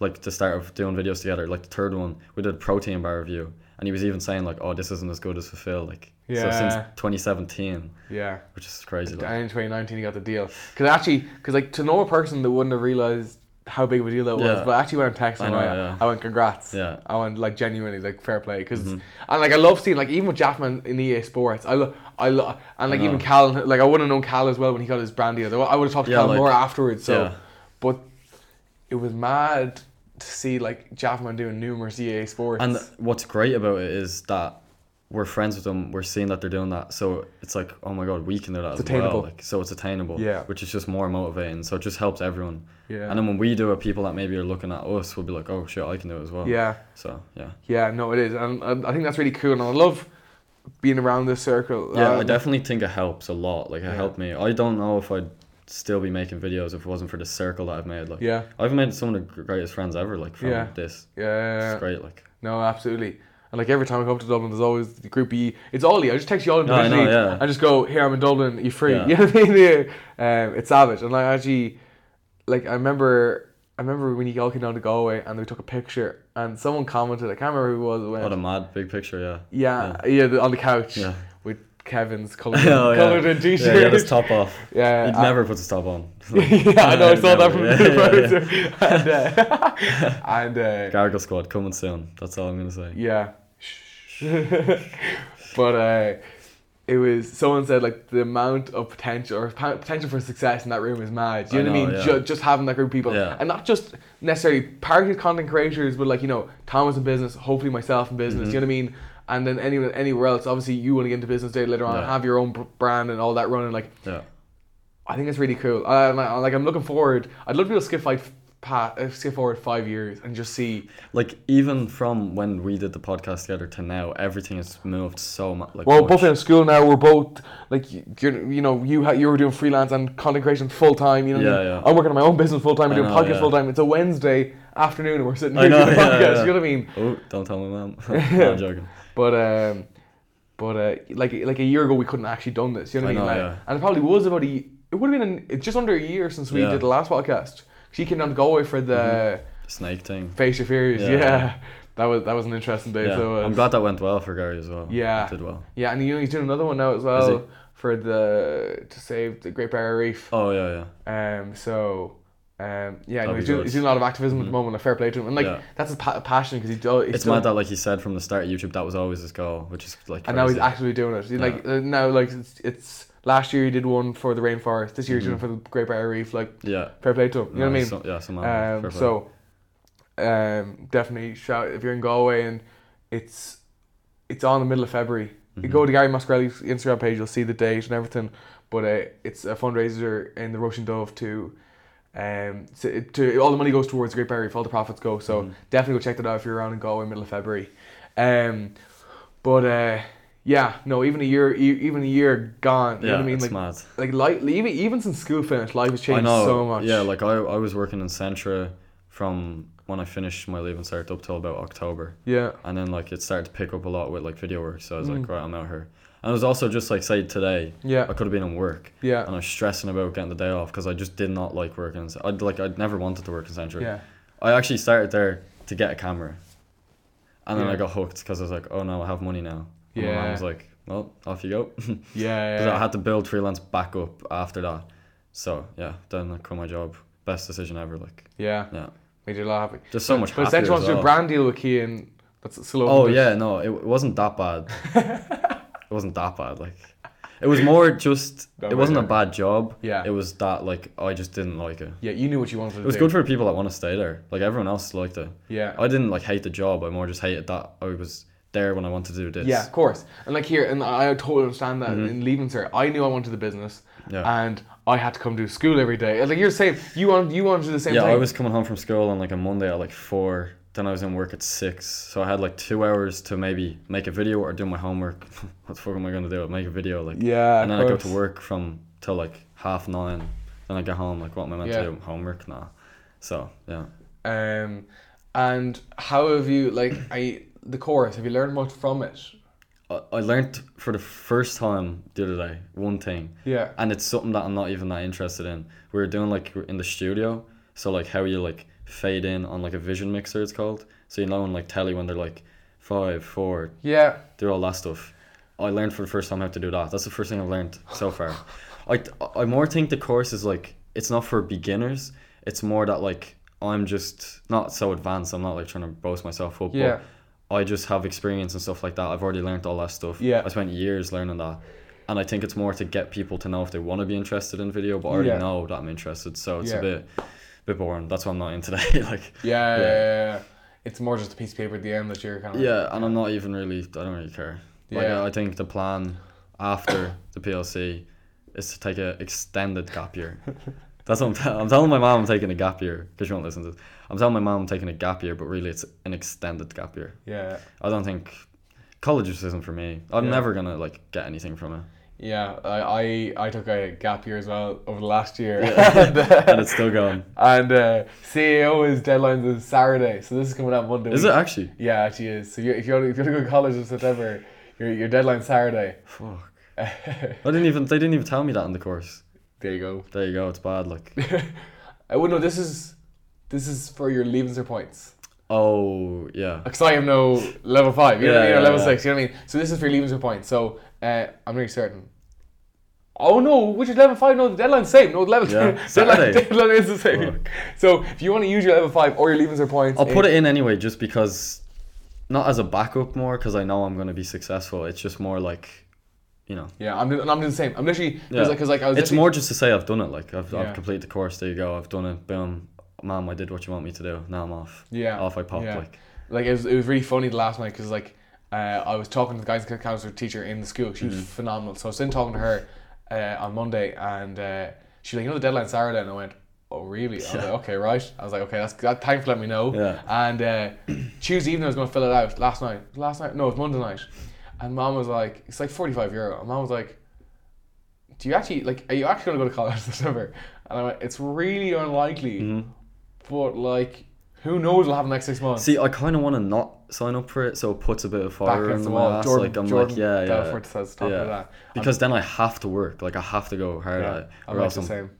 Speaker 2: like the start of doing videos together, like the third one, we did a protein bar review, and he was even saying like, "Oh, this isn't as good as fulfill." Like so since
Speaker 1: Yeah.
Speaker 2: 2017,
Speaker 1: yeah.
Speaker 2: which is crazy. Like,
Speaker 1: And in 2019, he got the deal. Because actually, because like to a normal person, they wouldn't have realized how big of a deal that was.
Speaker 2: Yeah.
Speaker 1: But actually, when I'm texting,
Speaker 2: I
Speaker 1: him,
Speaker 2: know,
Speaker 1: I,
Speaker 2: yeah.
Speaker 1: I went, congrats.
Speaker 2: Yeah. Mm-hmm.
Speaker 1: I went like genuinely like fair play because and like I love seeing like even with Jackman in EA Sports, I love I love and like
Speaker 2: I know.
Speaker 1: even Cal like I wouldn't have known Cal as well when he got his brand deal. Though I would have talked
Speaker 2: Yeah,
Speaker 1: to Cal
Speaker 2: like-
Speaker 1: more afterwards. So,
Speaker 2: yeah.
Speaker 1: but it was mad to see like Jackman doing numerous EA Sports.
Speaker 2: And what's great about it is that we're friends with them. We're seeing that they're doing that, so it's like, oh my god, we can do that as
Speaker 1: attainable.
Speaker 2: well. Like, so it's attainable.
Speaker 1: Yeah.
Speaker 2: Which is just more motivating. So it just helps everyone.
Speaker 1: Yeah.
Speaker 2: And then when we do it, people that maybe are looking at us will be like, oh shit, I can do it as well.
Speaker 1: yeah.
Speaker 2: So yeah.
Speaker 1: Yeah, no, it is, and, and I think that's really cool, and I love being around this circle.
Speaker 2: Yeah, I
Speaker 1: Um,
Speaker 2: definitely think it helps a lot. Like it
Speaker 1: Yeah.
Speaker 2: helped me. I don't know if I'd still be making videos if it wasn't for the circle that I've made. Like
Speaker 1: Yeah.
Speaker 2: I've made some of the greatest friends ever. Like from
Speaker 1: Yeah.
Speaker 2: this.
Speaker 1: Yeah,
Speaker 2: It's great. Like
Speaker 1: no, absolutely. And like every time I come to Dublin, there's always the group E. It's Ollie. I just text you all
Speaker 2: No, I know,
Speaker 1: individually.
Speaker 2: yeah.
Speaker 1: I just go, here, I'm in Dublin, you free.
Speaker 2: Yeah.
Speaker 1: You know what I mean? Yeah. Um, it's savage. And like, actually, like, I remember I remember when you all came down to Galway and we took a picture and someone commented, I can't remember who it was. When,
Speaker 2: what a mad big picture. Yeah.
Speaker 1: yeah, yeah, the, on the couch
Speaker 2: Yeah.
Speaker 1: with Kevin's coloured, in-
Speaker 2: Oh,
Speaker 1: coloured in t
Speaker 2: Yeah, he had
Speaker 1: shirt.
Speaker 2: his top off.
Speaker 1: Yeah,
Speaker 2: He'd
Speaker 1: I-
Speaker 2: never puts his top on.
Speaker 1: yeah, I know. I saw that from
Speaker 2: Yeah,
Speaker 1: the photo.
Speaker 2: yeah,
Speaker 1: And, uh, and uh,
Speaker 2: Gargle Squad coming soon. That's all I'm gonna say.
Speaker 1: yeah, but uh, it was someone said like the amount of potential or po- potential for success in that room is mad. Do you
Speaker 2: I
Speaker 1: know, what I
Speaker 2: know,
Speaker 1: mean?
Speaker 2: yeah.
Speaker 1: Ju- just having that group of people,
Speaker 2: Yeah.
Speaker 1: and not just necessarily targeted content creators, but like you know, Thomas in business, hopefully myself in
Speaker 2: Mm-hmm.
Speaker 1: business. Do you know what I mean? And then anyone anywhere else, obviously you want to get into business day later on, and
Speaker 2: Yeah.
Speaker 1: have your own br- brand and all that running. Like
Speaker 2: Yeah.
Speaker 1: I think it's really cool. I, I, I- like I'm looking forward. I'd love to be able to skip five, pa- uh, skip forward five years and just see.
Speaker 2: Like even from when we did the podcast together to now, everything has moved so much. Like
Speaker 1: Well,
Speaker 2: much.
Speaker 1: both in school now. We're both like y- you're, you know, you ha- you were doing freelance and content creation full time. You know, what I
Speaker 2: Yeah,
Speaker 1: mean?
Speaker 2: yeah.
Speaker 1: I'm working on my own business full time. I'm
Speaker 2: I
Speaker 1: doing
Speaker 2: know,
Speaker 1: podcast
Speaker 2: yeah.
Speaker 1: full time. It's a Wednesday afternoon and we're sitting
Speaker 2: I
Speaker 1: here
Speaker 2: know,
Speaker 1: doing a
Speaker 2: yeah,
Speaker 1: podcast.
Speaker 2: yeah.
Speaker 1: You know what I mean?
Speaker 2: Oh, don't tell my mom. no, I'm joking.
Speaker 1: But um, but uh, like like a year ago we couldn't actually done this. You know what I mean?
Speaker 2: I know,
Speaker 1: like,
Speaker 2: yeah.
Speaker 1: And it probably was about a y- it would have been an, it's just under a year since we
Speaker 2: Yeah.
Speaker 1: did the last podcast. She came down to Galway for the.
Speaker 2: Snake thing.
Speaker 1: Face Your Fears, yeah.
Speaker 2: Yeah.
Speaker 1: That was that was an interesting day.
Speaker 2: Yeah.
Speaker 1: So uh,
Speaker 2: I'm glad that went well for Gary as well.
Speaker 1: Yeah.
Speaker 2: It did well.
Speaker 1: yeah, and you know he's doing another one now as
Speaker 2: Is
Speaker 1: well
Speaker 2: he?
Speaker 1: for the to save the Great Barrier Reef.
Speaker 2: Oh yeah, yeah.
Speaker 1: Um, so um, yeah, no,
Speaker 2: That'd
Speaker 1: he's, doing,
Speaker 2: be good. Mm-hmm.
Speaker 1: he's doing a lot of activism at the moment. A fair play to him, and like
Speaker 2: Yeah.
Speaker 1: that's his pa- passion because he does.
Speaker 2: It's mad that like he said from the start of YouTube that was always his goal, which is like.
Speaker 1: and now he's
Speaker 2: crazy.
Speaker 1: actively doing it. He, Like uh, now, like it's, it's last year he did one for the rainforest. This year he's doing it
Speaker 2: Mm-hmm.
Speaker 1: for the Great Barrier Reef. Like
Speaker 2: Yeah.
Speaker 1: fair play to him. You know what I
Speaker 2: No,
Speaker 1: mean?
Speaker 2: he's so- yeah, some man,
Speaker 1: Um,
Speaker 2: fair play.
Speaker 1: so, um, definitely shout if you're in Galway and it's it's on the middle of February. You
Speaker 2: Mm-hmm.
Speaker 1: go to Gary Mascarelli's Instagram page, you'll see the date and everything. But uh, it's a fundraiser in the Russian Dove to, um, to, to all the money goes towards Great Barrier Reef, all the profits go. So
Speaker 2: Mm-hmm.
Speaker 1: definitely go check that out if you're around in Galway, middle of February. Um, but uh, yeah, no, even a year, e- even a year gone. You
Speaker 2: yeah,
Speaker 1: know what I mean?
Speaker 2: it's
Speaker 1: Like,
Speaker 2: mad.
Speaker 1: like life, even even since school finished, life has changed so much.
Speaker 2: Yeah, like I, I was working in Centra from when I finished my leaving cert up till about October,
Speaker 1: Yeah.
Speaker 2: and then like it started to pick up a lot with like video work. So I was
Speaker 1: Mm.
Speaker 2: like, right, I'm out here. And it was also just like say today,
Speaker 1: Yeah.
Speaker 2: I could have been in work,
Speaker 1: Yeah.
Speaker 2: and I was stressing about getting the day off because I just did not like working. in- I'd like I'd never wanted to work in Century.
Speaker 1: Yeah.
Speaker 2: I actually started there to get a camera, and then
Speaker 1: Yeah.
Speaker 2: I got hooked because I was like, oh no, I have money now. And
Speaker 1: Yeah.
Speaker 2: my mom was like, well, off you go.
Speaker 1: Yeah.
Speaker 2: 'Cause I
Speaker 1: Yeah.
Speaker 2: had to build freelance back up after that. So yeah, then like quit my job. Best decision ever. Like
Speaker 1: yeah.
Speaker 2: yeah,
Speaker 1: Made you a lot happy.
Speaker 2: just so much.
Speaker 1: But
Speaker 2: happier
Speaker 1: essentially, wants
Speaker 2: as
Speaker 1: to do a
Speaker 2: well.
Speaker 1: brand deal with Kean. That's still open
Speaker 2: Oh
Speaker 1: to-
Speaker 2: yeah, no, it w- wasn't that bad. it wasn't that bad. Like, it was more just.
Speaker 1: Don't
Speaker 2: it wasn't a
Speaker 1: worry.
Speaker 2: bad job.
Speaker 1: Yeah.
Speaker 2: It was that like I just didn't like it.
Speaker 1: Yeah. You knew what you wanted to do.
Speaker 2: It was good Oh, for people that want to stay there. Like everyone else liked it.
Speaker 1: Yeah.
Speaker 2: I didn't like hate the job. I more just hated that I was there when I wanted to do this.
Speaker 1: Yeah, of course. And like here, and I totally understand that in leaving, sir, I knew I wanted the business,
Speaker 2: Mm-hmm. Yeah.
Speaker 1: and I had to come to school every day. And, Like you're saying, you want you wanted to do the same
Speaker 2: Yeah,
Speaker 1: thing.
Speaker 2: I was coming home from school on like a Monday at like four. Then I was in work at six, so I had like two hours to maybe make a video or do my homework. what the fuck am I gonna do? Make a video like.
Speaker 1: Yeah,
Speaker 2: And
Speaker 1: of
Speaker 2: then I go
Speaker 1: course.
Speaker 2: to work from till like half nine. Then I get home like what am I meant
Speaker 1: Yeah.
Speaker 2: to do? Homework nah. So yeah.
Speaker 1: Um, and how have you like I the chorus? Have you learned much from it?
Speaker 2: I, I learned for the first time the other day one thing.
Speaker 1: Yeah.
Speaker 2: and it's something that I'm not even that interested in. We were doing like in the studio, so like how you like fade in on like a vision mixer, it's called. So you know on like telly when they're like five, four,
Speaker 1: Yeah.
Speaker 2: do all that stuff. I learned for the first time how to do that. That's the first thing I've learned so far. I I more think the course is like it's not for beginners. It's more that like I'm just not so advanced. I'm not like trying to boast myself up.
Speaker 1: Yeah.
Speaker 2: But I just have experience and stuff like that. I've already learned all that stuff.
Speaker 1: Yeah.
Speaker 2: I spent years learning that. And I think it's more to get people to know if they want to be interested in video, but I already
Speaker 1: Yeah.
Speaker 2: know that I'm interested, so it's
Speaker 1: Yeah.
Speaker 2: a bit bit boring. That's what I'm not in today. like
Speaker 1: Yeah, yeah,
Speaker 2: Yeah.
Speaker 1: yeah, yeah. It's more just a piece of paper at the end that you're kind of.
Speaker 2: yeah, and I'm not even really. I don't really care. Like
Speaker 1: Yeah.
Speaker 2: I, I think the plan after the PLC is to take a extended gap year. That's what I'm, tell- I'm telling my mom I'm taking a gap year because she won't listen to this. I'm telling my mom I'm taking a gap year, but really it's an extended gap year.
Speaker 1: Yeah.
Speaker 2: I don't think college just isn't for me. I'm
Speaker 1: Yeah.
Speaker 2: never gonna like get anything from it,
Speaker 1: Yeah. I, I I took a gap year as well over the last year.
Speaker 2: and it's still going.
Speaker 1: And uh, CAO is deadline is Saturday, so this is coming out Monday.
Speaker 2: Is it
Speaker 1: week.
Speaker 2: actually?
Speaker 1: Yeah, it actually is. So you, if you want to, if you want to go to college in September, your your deadline's Saturday.
Speaker 2: Fuck.
Speaker 1: there
Speaker 2: I didn't even. They didn't even tell me that in the course.
Speaker 1: you go.
Speaker 2: There you go. It's bad. Like.
Speaker 1: I would know. This is this is for your leaving cert points.
Speaker 2: Oh yeah.
Speaker 1: Because I have no level five. You know what I
Speaker 2: Yeah,
Speaker 1: mean? Or
Speaker 2: yeah,
Speaker 1: level
Speaker 2: yeah.
Speaker 1: six. You know what I mean? So this is for your leaving cert points. So uh, I'm nearly certain. Oh no, which is level five? No, the deadline's the same. No, the level
Speaker 2: Yeah,
Speaker 1: deadline,
Speaker 2: Saturday.
Speaker 1: deadline is the same.
Speaker 2: Fuck.
Speaker 1: So if you want to use your level five or your leaving cert points,
Speaker 2: I'll put it in anyway, just because, not as a backup more, because I know I'm gonna be successful. It's just more like, you know,
Speaker 1: Yeah, I'm doing, I'm doing the same. I'm literally
Speaker 2: Yeah.
Speaker 1: because like, 'cause, like I was
Speaker 2: it's
Speaker 1: literally-
Speaker 2: more just to say I've done it. Like I've,
Speaker 1: Yeah.
Speaker 2: I've completed the course. There you go. I've done it. Boom, mom. I did what you want me to do. Now I'm off.
Speaker 1: Yeah.
Speaker 2: Off I pop.
Speaker 1: Yeah.
Speaker 2: Like
Speaker 1: like it was, it was really funny the last night because like uh, I was talking to the guidance counselor teacher in the school. She was
Speaker 2: Mm-hmm.
Speaker 1: phenomenal. So I was in talking to her uh, on Monday, and uh, she was like, "You know the deadline Saturday," and I went. Oh really? I was like, okay, right. I was like, okay, that's that. Thanks for letting me know.
Speaker 2: Yeah.
Speaker 1: And uh, Tuesday evening, I was going to fill it out. Last night, last night, no, it was Monday night. And mom was like, it's like forty-five euro. And mom was like, do you actually like? Are you actually going to go to college in September? And I went, it's really unlikely,
Speaker 2: Mm-hmm.
Speaker 1: but like, who knows? We'll have the next six months.
Speaker 2: see, I kind of want to not sign up for it, so it puts a bit of
Speaker 1: back
Speaker 2: fire in
Speaker 1: against the
Speaker 2: my
Speaker 1: wall.
Speaker 2: ass.
Speaker 1: Jordan,
Speaker 2: like I'm
Speaker 1: Jordan
Speaker 2: like, yeah, yeah.
Speaker 1: Belfort says top
Speaker 2: yeah.
Speaker 1: of that.
Speaker 2: Because uh, then I have to work. Like I have to go hard
Speaker 1: Yeah,
Speaker 2: at it,
Speaker 1: I'm
Speaker 2: or
Speaker 1: like
Speaker 2: else
Speaker 1: the
Speaker 2: I'm
Speaker 1: same.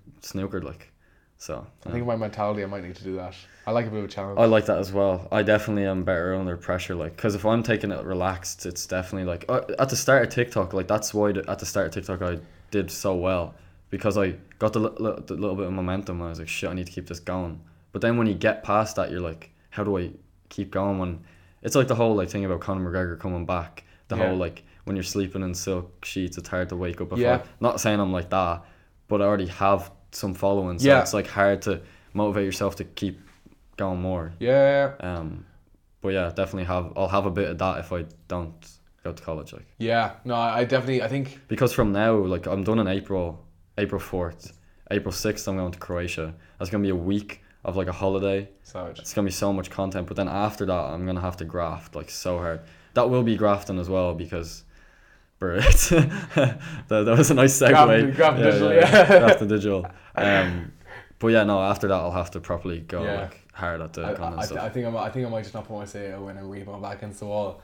Speaker 2: snookered. Like, so.
Speaker 1: I think my mentality, I might need to do that. I like a bit of a challenge.
Speaker 2: I like that as well. I definitely am better under pressure, like, because if I'm taking it relaxed, it's definitely like uh, at the start of TikTok, like that's why the, at the start of TikTok I did so well because I got the, li- li- the little bit of momentum. And I was like, shit, I need to keep this going. But then when you get past that, you're like, how do I keep going? When it's like the whole like thing about Conor McGregor coming back, the
Speaker 1: Yeah.
Speaker 2: whole like when you're sleeping in silk sheets, it's hard to wake up. I feel
Speaker 1: Yeah.
Speaker 2: like- Not saying I'm like that, but I already have some following, so
Speaker 1: Yeah.
Speaker 2: it's like hard to motivate yourself to keep going more.
Speaker 1: yeah,
Speaker 2: Um, but yeah, definitely have. I'll have a bit of that if I don't go to college, like
Speaker 1: yeah. No, I definitely, I think,
Speaker 2: because from now, like I'm done in April, April fourth, April sixth. I'm going to Croatia. That's gonna be a week of like a holiday.
Speaker 1: so
Speaker 2: It's gonna be so much content. But then after that, I'm gonna have to graft like so hard. That will be grafting as well because. bro, it's- that, that was a nice segue.
Speaker 1: Grafting- grafting digital, yeah.
Speaker 2: grafting digital. Um, But yeah, no. After that, I'll have to properly go
Speaker 1: Yeah.
Speaker 2: like hard at the
Speaker 1: I,
Speaker 2: comment
Speaker 1: I,
Speaker 2: stuff.
Speaker 1: I think I might, I think I might just not put my say when and read my back against the wall.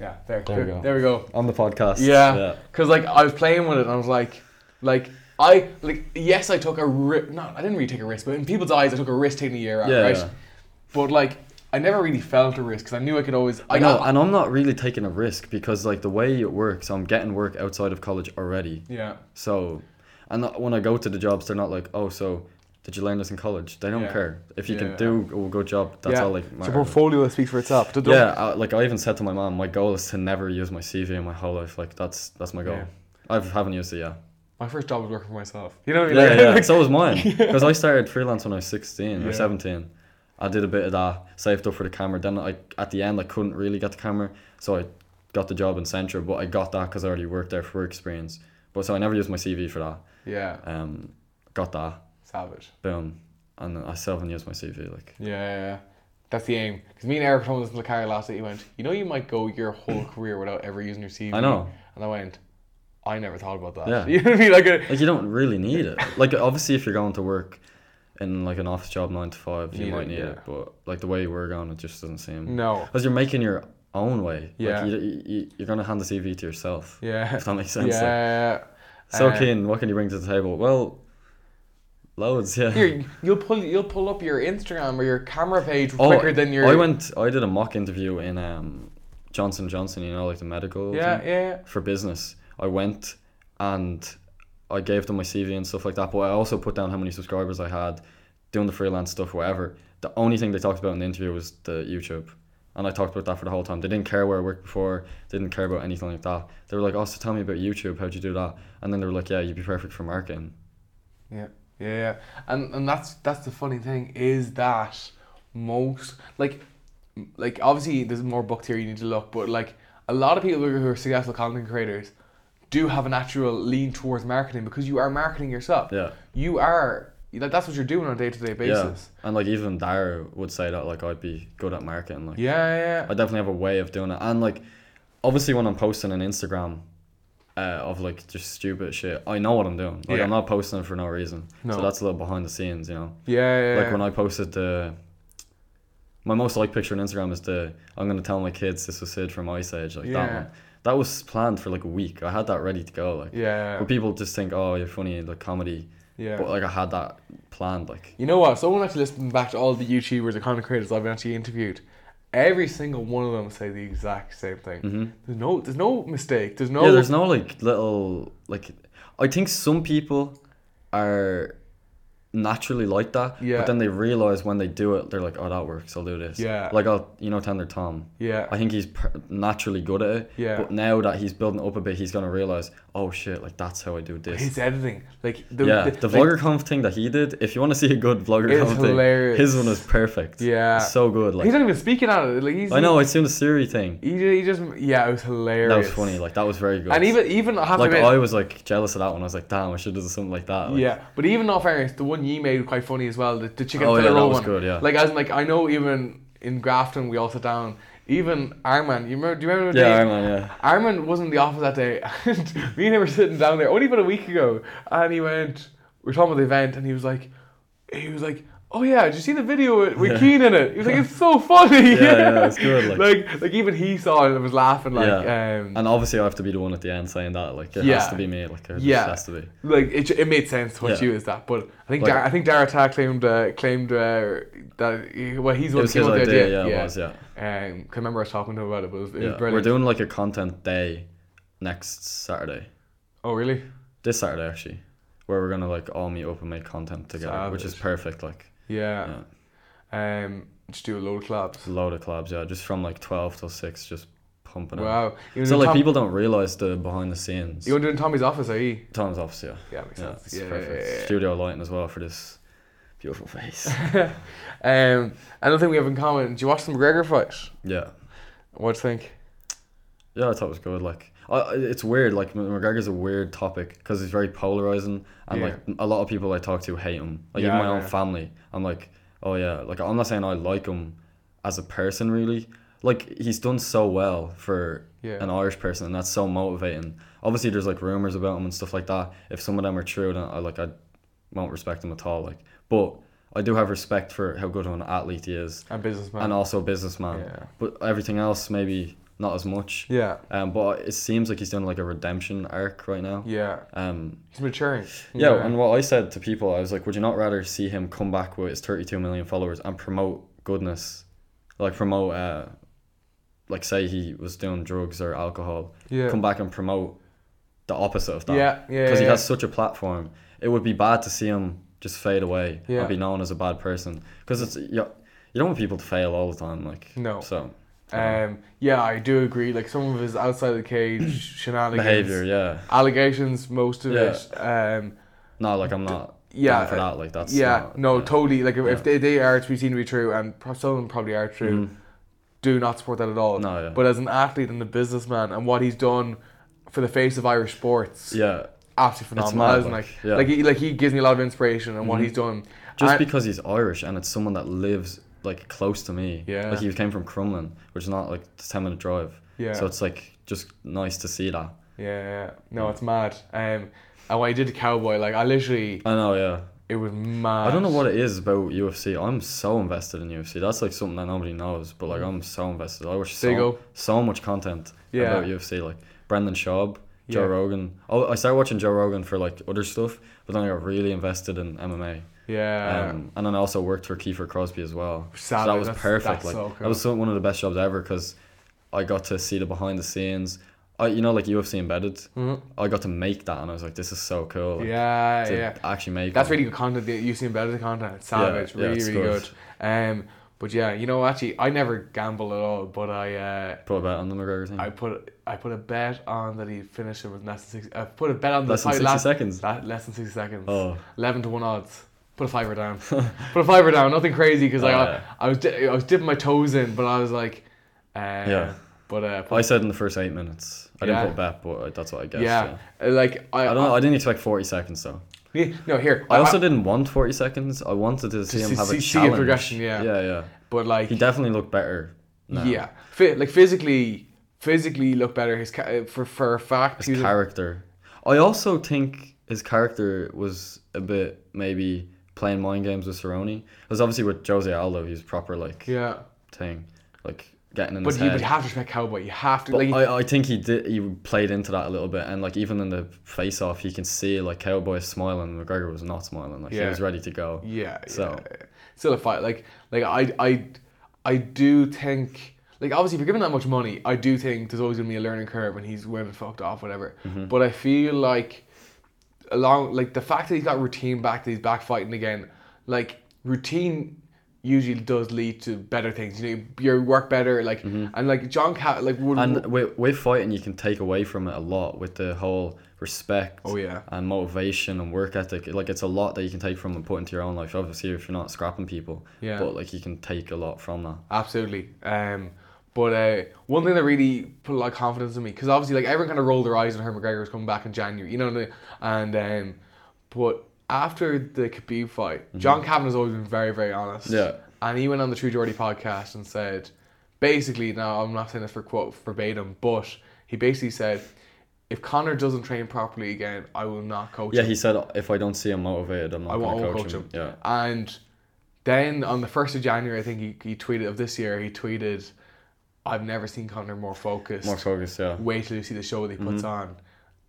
Speaker 1: Yeah, there,
Speaker 2: There we go.
Speaker 1: There we go.
Speaker 2: on the podcast.
Speaker 1: Yeah, because like I was playing with it, and I was like, like I like yes, I took a ri- no, I didn't really take a risk, but in people's eyes, I took a risk taking a year out,
Speaker 2: Yeah,
Speaker 1: right?
Speaker 2: yeah.
Speaker 1: But like I never really felt a risk because I knew I could always. I
Speaker 2: I know,
Speaker 1: got
Speaker 2: and I'm not really taking a risk because like the way it works, I'm getting work outside of college already.
Speaker 1: yeah,
Speaker 2: So, and not- when I go to the jobs, they're not like, oh, so did you learn this in college? They don't
Speaker 1: Yeah.
Speaker 2: care. If you
Speaker 1: Yeah.
Speaker 2: can do a good job, that's
Speaker 1: yeah.
Speaker 2: all like
Speaker 1: so
Speaker 2: matters.
Speaker 1: portfolio speaks for itself. Don't- don't-
Speaker 2: Yeah, I, like I even said to my mom, my goal is to never use my CV in my whole life. Like that's that's my goal.
Speaker 1: Yeah.
Speaker 2: I haven't used it yet.
Speaker 1: My first job was working for myself. You know what I mean?
Speaker 2: Yeah,
Speaker 1: Like-
Speaker 2: yeah. So was mine because I started freelance when I was sixteen
Speaker 1: Yeah.
Speaker 2: or seventeen. I did a bit of that, saved up for the camera. Then I at the end I couldn't really get the camera, so I got the job in Centra. But I got that because I already worked there for work experience. But so I never used my CV for that.
Speaker 1: yeah,
Speaker 2: Um, got that.
Speaker 1: savage.
Speaker 2: Boom. And I still haven't used my CV. Like,
Speaker 1: Yeah, yeah, yeah. That's the aim. Because me and Eric were talking this in the car last night. He went, You know, you might go your whole career without ever using your CV.
Speaker 2: I know.
Speaker 1: And I went, I never thought about that.
Speaker 2: Yeah.
Speaker 1: You know what I mean? Like, uh, a,
Speaker 2: like you don't really need it. Like, obviously, if you're going to work in like an office job nine to five, you
Speaker 1: Need it,
Speaker 2: might need
Speaker 1: yeah.
Speaker 2: it. But like the way we're going, it just doesn't seem.
Speaker 1: no.
Speaker 2: Because you're making your own way.
Speaker 1: Yeah.
Speaker 2: Like, you, you, you're gonna hand the CV to yourself.
Speaker 1: Yeah.
Speaker 2: If that makes sense. like.
Speaker 1: Yeah.
Speaker 2: so
Speaker 1: Uh,
Speaker 2: keen. What can you bring to the table? Well, loads. Yeah.
Speaker 1: Here, you'll pull you'll pull up your Instagram or your camera page
Speaker 2: Oh,
Speaker 1: quicker than your.
Speaker 2: I went. I did a mock interview in um, Johnson Johnson. You know, like the medical. thing.
Speaker 1: Yeah, yeah.
Speaker 2: for business. I went and I gave them my CV and stuff like that, but I also put down how many subscribers I had, doing the freelance stuff, whatever. The only thing they talked about in the interview was the YouTube. And I talked about that for the whole time. They didn't care where I worked before, they didn't care about anything like that. They were like, Oh, so tell me about YouTube, how'd you do that? And then they were like, Yeah, you'd be perfect for marketing.
Speaker 1: Yeah, yeah, yeah. and and that's that's the funny thing is that most like m- like obviously there's more books here you need to look, but like a lot of people who are successful content creators do have a natural lean towards marketing because you are marketing yourself.
Speaker 2: Yeah.
Speaker 1: You are that, that's what you're doing on a day to day basis.
Speaker 2: Yeah. And like even Dara would say that like I'd be good at marketing. Like
Speaker 1: Yeah, yeah,
Speaker 2: I definitely have a way of doing it. And like, obviously, when I'm posting on Instagram, uh, of like just stupid shit, I know what I'm doing. Like,
Speaker 1: Yeah.
Speaker 2: I'm not posting it for no reason.
Speaker 1: No.
Speaker 2: So that's a little behind the scenes, you know.
Speaker 1: yeah, yeah. yeah,
Speaker 2: Like when I posted the. My most liked picture on Instagram is the I'm gonna tell my kids this was Sid from Ice Age like that
Speaker 1: Yeah.
Speaker 2: one. That was planned for like a week. I had that ready to go like.
Speaker 1: yeah,
Speaker 2: But people just think, oh, you're funny, like comedy.
Speaker 1: yeah.
Speaker 2: But like I had that planned like.
Speaker 1: You know what? Someone actually listening back to all the YouTubers and content creators I've actually interviewed. Every single one of them say the exact same thing. There's no, there's no mistake. There's no.
Speaker 2: Mm-hmm. Yeah, there's no like little like. I think some people are naturally like that.
Speaker 1: Yeah.
Speaker 2: But then they realize when they do it, they're like, "Oh, that works. I'll do this."
Speaker 1: Yeah.
Speaker 2: Like I'll, you know, Tender Tom.
Speaker 1: Yeah.
Speaker 2: I think he's per- naturally good at it.
Speaker 1: Yeah.
Speaker 2: But now that he's building up a bit, he's gonna realize, "Oh shit! Like that's how I do this."
Speaker 1: His editing, like the,
Speaker 2: yeah,
Speaker 1: the-
Speaker 2: the
Speaker 1: like,
Speaker 2: vlogger conf thing that he did. If you want to see a good vlogger
Speaker 1: It's
Speaker 2: conf thing,
Speaker 1: hilarious.
Speaker 2: his one is perfect.
Speaker 1: Yeah.
Speaker 2: It's so good.
Speaker 1: he's
Speaker 2: Like
Speaker 1: not even speaking on it. Like he's,
Speaker 2: I know it's doing the Siri thing.
Speaker 1: He, he just yeah, it was hilarious.
Speaker 2: That was funny. Like that was very good.
Speaker 1: and even even I have
Speaker 2: like
Speaker 1: to admit,
Speaker 2: I was like jealous of that one. I was like, damn, I should have done something like that. Like,
Speaker 1: yeah, but even off fairness, the one you made was quite funny as well. The, the chicken
Speaker 2: Oh, yeah,
Speaker 1: fillet
Speaker 2: that
Speaker 1: roll
Speaker 2: was
Speaker 1: one.
Speaker 2: good, yeah.
Speaker 1: Like as in, like I know even in Grafton we all sat down. Even Arman, you remember? Do you remember? the
Speaker 2: Yeah,
Speaker 1: day-
Speaker 2: Iron Man, yeah.
Speaker 1: Armin was in the office that day, and me and him were sitting down there only about a week ago, and he went, we were talking about the event, and he was like, he was like, oh yeah, did you see the video with, with Keen in it? He was like, it's so funny.
Speaker 2: Yeah, yeah, it's good, like-
Speaker 1: Like, like, even he saw it and was laughing. Like,
Speaker 2: yeah.
Speaker 1: um,
Speaker 2: and obviously, I have to be the one at the end saying that. Like, it
Speaker 1: Yeah.
Speaker 2: has to be me. Like, it just
Speaker 1: Yeah.
Speaker 2: has to be.
Speaker 1: like it, it made sense to what
Speaker 2: Yeah.
Speaker 1: you is that, but I think
Speaker 2: Like-
Speaker 1: Dar- I think Dara Ta claimed uh, claimed uh, that he- well he's
Speaker 2: It
Speaker 1: the one
Speaker 2: was
Speaker 1: who came
Speaker 2: his
Speaker 1: up with the
Speaker 2: idea.
Speaker 1: idea.
Speaker 2: Yeah, it was. Yeah.
Speaker 1: Um, 'cause I remember I was talking to him about it, but it was, it was
Speaker 2: yeah.
Speaker 1: brilliant.
Speaker 2: We're doing like a content day next Saturday.
Speaker 1: oh really?
Speaker 2: This Saturday, actually. Where we're going to like all meet up and make content together, which is
Speaker 1: Savage.
Speaker 2: perfect. Like,
Speaker 1: Yeah. Um, just do a load of clubs.
Speaker 2: a load of clubs. Yeah. Just from like 12 till 6, just pumping it.
Speaker 1: Wow. You
Speaker 2: So,
Speaker 1: were
Speaker 2: like,
Speaker 1: Tom-
Speaker 2: people don't realize the behind the scenes.
Speaker 1: You were doing Tommy's office, are you?
Speaker 2: Tom's office, yeah.
Speaker 1: Yeah, makes
Speaker 2: Yeah,
Speaker 1: sense.
Speaker 2: it's
Speaker 1: Yeah,
Speaker 2: perfect. Studio lighting as well for this beautiful face.
Speaker 1: Um, another thing we have in common. Do you watch the McGregor fight?
Speaker 2: yeah.
Speaker 1: What do you think?
Speaker 2: Yeah, I thought it was good. Like, I- I, it's weird. Like, McGregor's a weird topic because he's very polarizing, and
Speaker 1: Yeah.
Speaker 2: like a lot of people I talk to hate him. Like,
Speaker 1: Yeah,
Speaker 2: even my own
Speaker 1: yeah.
Speaker 2: family, I'm like, oh yeah. Like, I'm not saying I like him as a person, really. Like, he's done so well for
Speaker 1: Yeah.
Speaker 2: an Irish person, and that's so motivating. Obviously, there's like rumors about him and stuff like that. If some of them are true, then I like I won't respect him at all. Like, but I do have respect for how good of an athlete he is,
Speaker 1: and businessman.
Speaker 2: and also a businessman.
Speaker 1: Yeah.
Speaker 2: But everything else, maybe not as much.
Speaker 1: yeah,
Speaker 2: Um, but it seems like he's doing like a redemption arc right now.
Speaker 1: yeah,
Speaker 2: Um,
Speaker 1: he's maturing.
Speaker 2: yeah, and what I said to people, I was like, would you not rather see him come back with his 32 million followers and promote goodness? Like, promote, uh, like, say he was doing drugs or alcohol,
Speaker 1: yeah,
Speaker 2: come back and promote the opposite of that.
Speaker 1: yeah, yeah,
Speaker 2: Because he
Speaker 1: yeah.
Speaker 2: has such a platform. It would be bad to see him just fade away
Speaker 1: Yeah.
Speaker 2: and be known as a bad person. Because it's, you, you don't want people to fail all the time. Like,
Speaker 1: No.
Speaker 2: So,
Speaker 1: Um, yeah, I do agree. Like some of his outside the cage shenanigans,
Speaker 2: behavior, yeah.
Speaker 1: allegations, most of
Speaker 2: Yeah.
Speaker 1: it. Um,
Speaker 2: No, like, I'm not.
Speaker 1: yeah,
Speaker 2: down for
Speaker 1: uh,
Speaker 2: that. Like, that's.
Speaker 1: yeah,
Speaker 2: not-
Speaker 1: no,
Speaker 2: yeah.
Speaker 1: totally. Like if, if
Speaker 2: Yeah. Mm-hmm.
Speaker 1: they, they are to be seen to be true, and pro- some of them probably are true,
Speaker 2: Mm.
Speaker 1: do not support that at all.
Speaker 2: No, yeah.
Speaker 1: But as an athlete and a businessman, and what he's done for the face of Irish sports,
Speaker 2: Yeah.
Speaker 1: absolutely
Speaker 2: It's
Speaker 1: phenomenal.
Speaker 2: mad,
Speaker 1: isn't
Speaker 2: like,
Speaker 1: like,
Speaker 2: yeah. Mm-hmm.
Speaker 1: like he like he gives me a lot of inspiration and what he's done.
Speaker 2: just
Speaker 1: And-
Speaker 2: because he's Irish and it's someone that lives like close to me.
Speaker 1: Yeah.
Speaker 2: Like he came from Crumlin, which is not like a ten minute drive.
Speaker 1: Yeah.
Speaker 2: So it's like just nice to see that.
Speaker 1: yeah, yeah, no, it's mad. Um, and when he did the cowboy, like I literally,
Speaker 2: I know, yeah.
Speaker 1: it was mad.
Speaker 2: I don't know what it is about UFC. I'm so invested in UFC. That's like something that nobody knows, but like I'm so invested. I watch
Speaker 1: There you
Speaker 2: so,
Speaker 1: go.
Speaker 2: so much content
Speaker 1: Yeah.
Speaker 2: about UFC. Like Brendan Schaub, Joe
Speaker 1: Yeah.
Speaker 2: Rogan. Oh, I started watching Joe Rogan for like other stuff, but then I got really invested in MMA.
Speaker 1: Yeah.
Speaker 2: Um, and then I also worked for Kiefer Crosby as well. so
Speaker 1: Sadly,
Speaker 2: that was
Speaker 1: that's-
Speaker 2: perfect.
Speaker 1: that's
Speaker 2: like
Speaker 1: so
Speaker 2: that was so, one of the best jobs ever because I got to see the behind the scenes. I you know like UFC embedded. I got to make that and I was like, this is so cool. Like,
Speaker 1: Mm-hmm. yeah,
Speaker 2: to
Speaker 1: yeah.
Speaker 2: Actually make.
Speaker 1: That's
Speaker 2: it.
Speaker 1: really good content. The UFC embedded content. It's savage.
Speaker 2: Yeah, yeah,
Speaker 1: really,
Speaker 2: it's
Speaker 1: really good.
Speaker 2: good.
Speaker 1: Um, but yeah, you know, actually, I never gamble at all, but I. Uh,
Speaker 2: put a bet on the McGregor thing.
Speaker 1: I put I put a bet on that he'd finish it with less than six. I put a bet on the
Speaker 2: Less than
Speaker 1: fight
Speaker 2: 60
Speaker 1: last,
Speaker 2: seconds.
Speaker 1: la- less than sixty seconds.
Speaker 2: Oh.
Speaker 1: Eleven to one odds. Put a fiver down. put a fiver down. Nothing crazy because I
Speaker 2: Oh, yeah.
Speaker 1: I was di- I was dipping my toes in, but I was like, uh,
Speaker 2: Yeah.
Speaker 1: But uh, put-
Speaker 2: I said in the first eight minutes. I
Speaker 1: Yeah.
Speaker 2: didn't put a bet, but I, that's what I guessed.
Speaker 1: yeah, uh, like I,
Speaker 2: I don't. know, I didn't expect forty seconds though.
Speaker 1: Yeah, no, here.
Speaker 2: I also didn't want forty seconds. I wanted to see
Speaker 1: see-
Speaker 2: him have
Speaker 1: see-
Speaker 2: a
Speaker 1: see a
Speaker 2: challenge.
Speaker 1: progression, yeah.
Speaker 2: Yeah, yeah.
Speaker 1: but like
Speaker 2: He definitely looked better. now.
Speaker 1: yeah, Phy- like physically, physically he looked better. His ca- uh, for for a fact, he
Speaker 2: his
Speaker 1: was a-
Speaker 2: character. I also think his character was a bit maybe playing mind games with Cerrone. Because obviously with Jose Aldo, he's proper like
Speaker 1: yeah.
Speaker 2: thing, like getting in
Speaker 1: But
Speaker 2: his
Speaker 1: you
Speaker 2: head.
Speaker 1: would have to respect Cowboy. You have to.
Speaker 2: But
Speaker 1: like,
Speaker 2: I, I think he did. He played into that a little bit, and like even in the face off, he can see like Cowboy smiling. McGregor was not smiling. Like
Speaker 1: Yeah.
Speaker 2: he was ready to go.
Speaker 1: Yeah.
Speaker 2: So-
Speaker 1: yeah. still a fight. Like like I I I do think like obviously if you're given that much money, I do think there's always gonna be a learning curve and he's went and fucked off, whatever.
Speaker 2: Mm-hmm.
Speaker 1: But I feel like along like the fact that he's got routine back, that he's back fighting again, like routine usually does lead to better things. You know, you work better, like and like John Cat like would
Speaker 2: Mm-hmm. And with, with fighting, you can take away from it a lot with the whole respect.
Speaker 1: Oh, yeah.
Speaker 2: And motivation and work ethic. Like it's a lot that you can take from and put into your own life. Obviously, if you're not scrapping people.
Speaker 1: Yeah.
Speaker 2: But like you can take a lot from that.
Speaker 1: Absolutely. Um, but uh, one thing that really put a lot of confidence in me, because obviously, like everyone kind of rolled their eyes when Herb McGregor was coming back in January, you know, what I mean? and um, but after the Khabib fight, John Kavanagh has always been very, very honest.
Speaker 2: Mm-hmm. Yeah.
Speaker 1: And he went on the True Geordie podcast and said, basically, now I'm not saying this for quote verbatim, but he basically said, if Connor doesn't train properly again, I will not coach
Speaker 2: Yeah,
Speaker 1: him.
Speaker 2: he said if I don't see him motivated, I'm not
Speaker 1: I
Speaker 2: gonna
Speaker 1: won't I won't
Speaker 2: coach,
Speaker 1: coach
Speaker 2: him.
Speaker 1: him.
Speaker 2: Yeah.
Speaker 1: And then on the first of January, I think he, he tweeted of this year. He tweeted, "I've never seen Connor more focused.
Speaker 2: More Mm-hmm. focus. Yeah.
Speaker 1: Wait till you see the show that he puts on."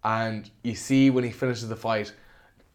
Speaker 1: And you see when he finishes the fight,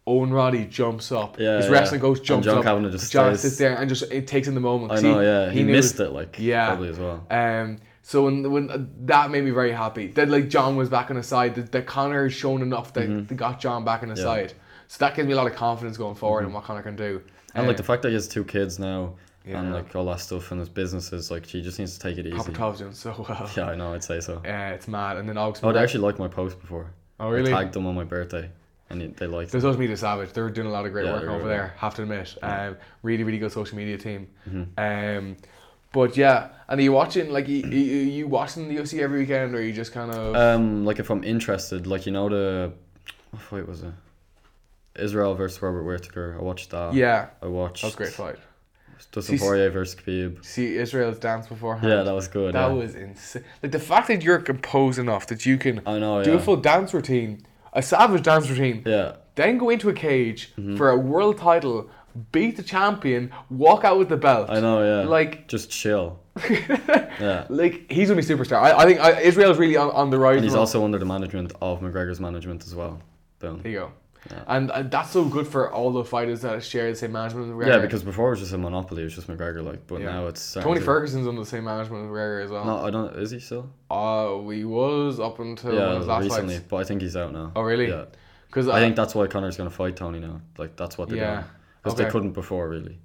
Speaker 1: Owen Roddy jumps up.
Speaker 2: Yeah,
Speaker 1: his
Speaker 2: yeah.
Speaker 1: wrestling coach
Speaker 2: And
Speaker 1: jumps
Speaker 2: John
Speaker 1: up.
Speaker 2: Kavanagh just
Speaker 1: John
Speaker 2: stays.
Speaker 1: sits there and just it takes in the moment.
Speaker 2: I
Speaker 1: 'Cause
Speaker 2: know. Yeah. He,
Speaker 1: knew
Speaker 2: missed
Speaker 1: was-
Speaker 2: it. Like.
Speaker 1: Yeah.
Speaker 2: Probably as well.
Speaker 1: Um, so when when uh, that made me very happy that like John was back on his side that, that Connor had shown enough that that got John back on his
Speaker 2: Mm-hmm. Yeah.
Speaker 1: side. So that gives me a lot of confidence going forward and what Connor can do.
Speaker 2: And
Speaker 1: Um,
Speaker 2: like the fact that he has two kids now,
Speaker 1: Yeah.
Speaker 2: and like all that stuff, and his businesses, like he just needs to take it easy.
Speaker 1: Papatov's doing so well.
Speaker 2: Yeah, I know. I'd say so.
Speaker 1: Uh, it's mad. And then Augsburg.
Speaker 2: Oh, they actually liked my post before.
Speaker 1: Oh, really?
Speaker 2: I tagged them on my birthday, and it- they liked.
Speaker 1: So social media is savage. They're doing a lot of great
Speaker 2: Yeah,
Speaker 1: work
Speaker 2: they're
Speaker 1: over
Speaker 2: really-
Speaker 1: there. Have to admit, um, really, really good social media team.
Speaker 2: Mm-hmm.
Speaker 1: Um, but yeah, and are you watching like you, you, you watching the UFC every weekend, or are you just kind of
Speaker 2: Um, like if I'm interested, like you know the, what fight was it? Israel versus Robert Whittaker. I watched that.
Speaker 1: yeah?
Speaker 2: I watched.
Speaker 1: That was a great fight.
Speaker 2: Dustin
Speaker 1: See-
Speaker 2: Poirier versus Khabib.
Speaker 1: See Israel's dance beforehand.
Speaker 2: Yeah, that was good.
Speaker 1: That
Speaker 2: yeah.
Speaker 1: was insane. Like the fact that you're composed enough that you can
Speaker 2: I know.
Speaker 1: do
Speaker 2: Oh, yeah.
Speaker 1: a full dance routine. I a savage dance routine,
Speaker 2: Yeah. Mm-hmm.
Speaker 1: then go into a cage for a world title, beat the champion, walk out with the belt.
Speaker 2: I know, yeah.
Speaker 1: Like-
Speaker 2: just chill. yeah.
Speaker 1: Like he's gonna be superstar. I, I think I, Israel's really on, on the rise.
Speaker 2: And he's
Speaker 1: now.
Speaker 2: also under the management of McGregor's management as well. Boom.
Speaker 1: there you go. And, and that's so good for all the fighters that share the same management. With
Speaker 2: Yeah,
Speaker 1: McGregor.
Speaker 2: because before it was just a monopoly, it was just McGregor like, but
Speaker 1: Yeah.
Speaker 2: now it's starting
Speaker 1: Tony
Speaker 2: to-
Speaker 1: Ferguson's under the same management with McGregor as well.
Speaker 2: No, I don't is he still?
Speaker 1: Uh, we was up until one of his
Speaker 2: Yeah,
Speaker 1: last
Speaker 2: recently.
Speaker 1: fights.
Speaker 2: But I think he's out now.
Speaker 1: Oh, really?
Speaker 2: Yeah.
Speaker 1: Because
Speaker 2: I think that's why Connor's gonna fight Tony now. Like that's what they're
Speaker 1: Yeah.
Speaker 2: doing. Because
Speaker 1: Okay.
Speaker 2: they couldn't before really.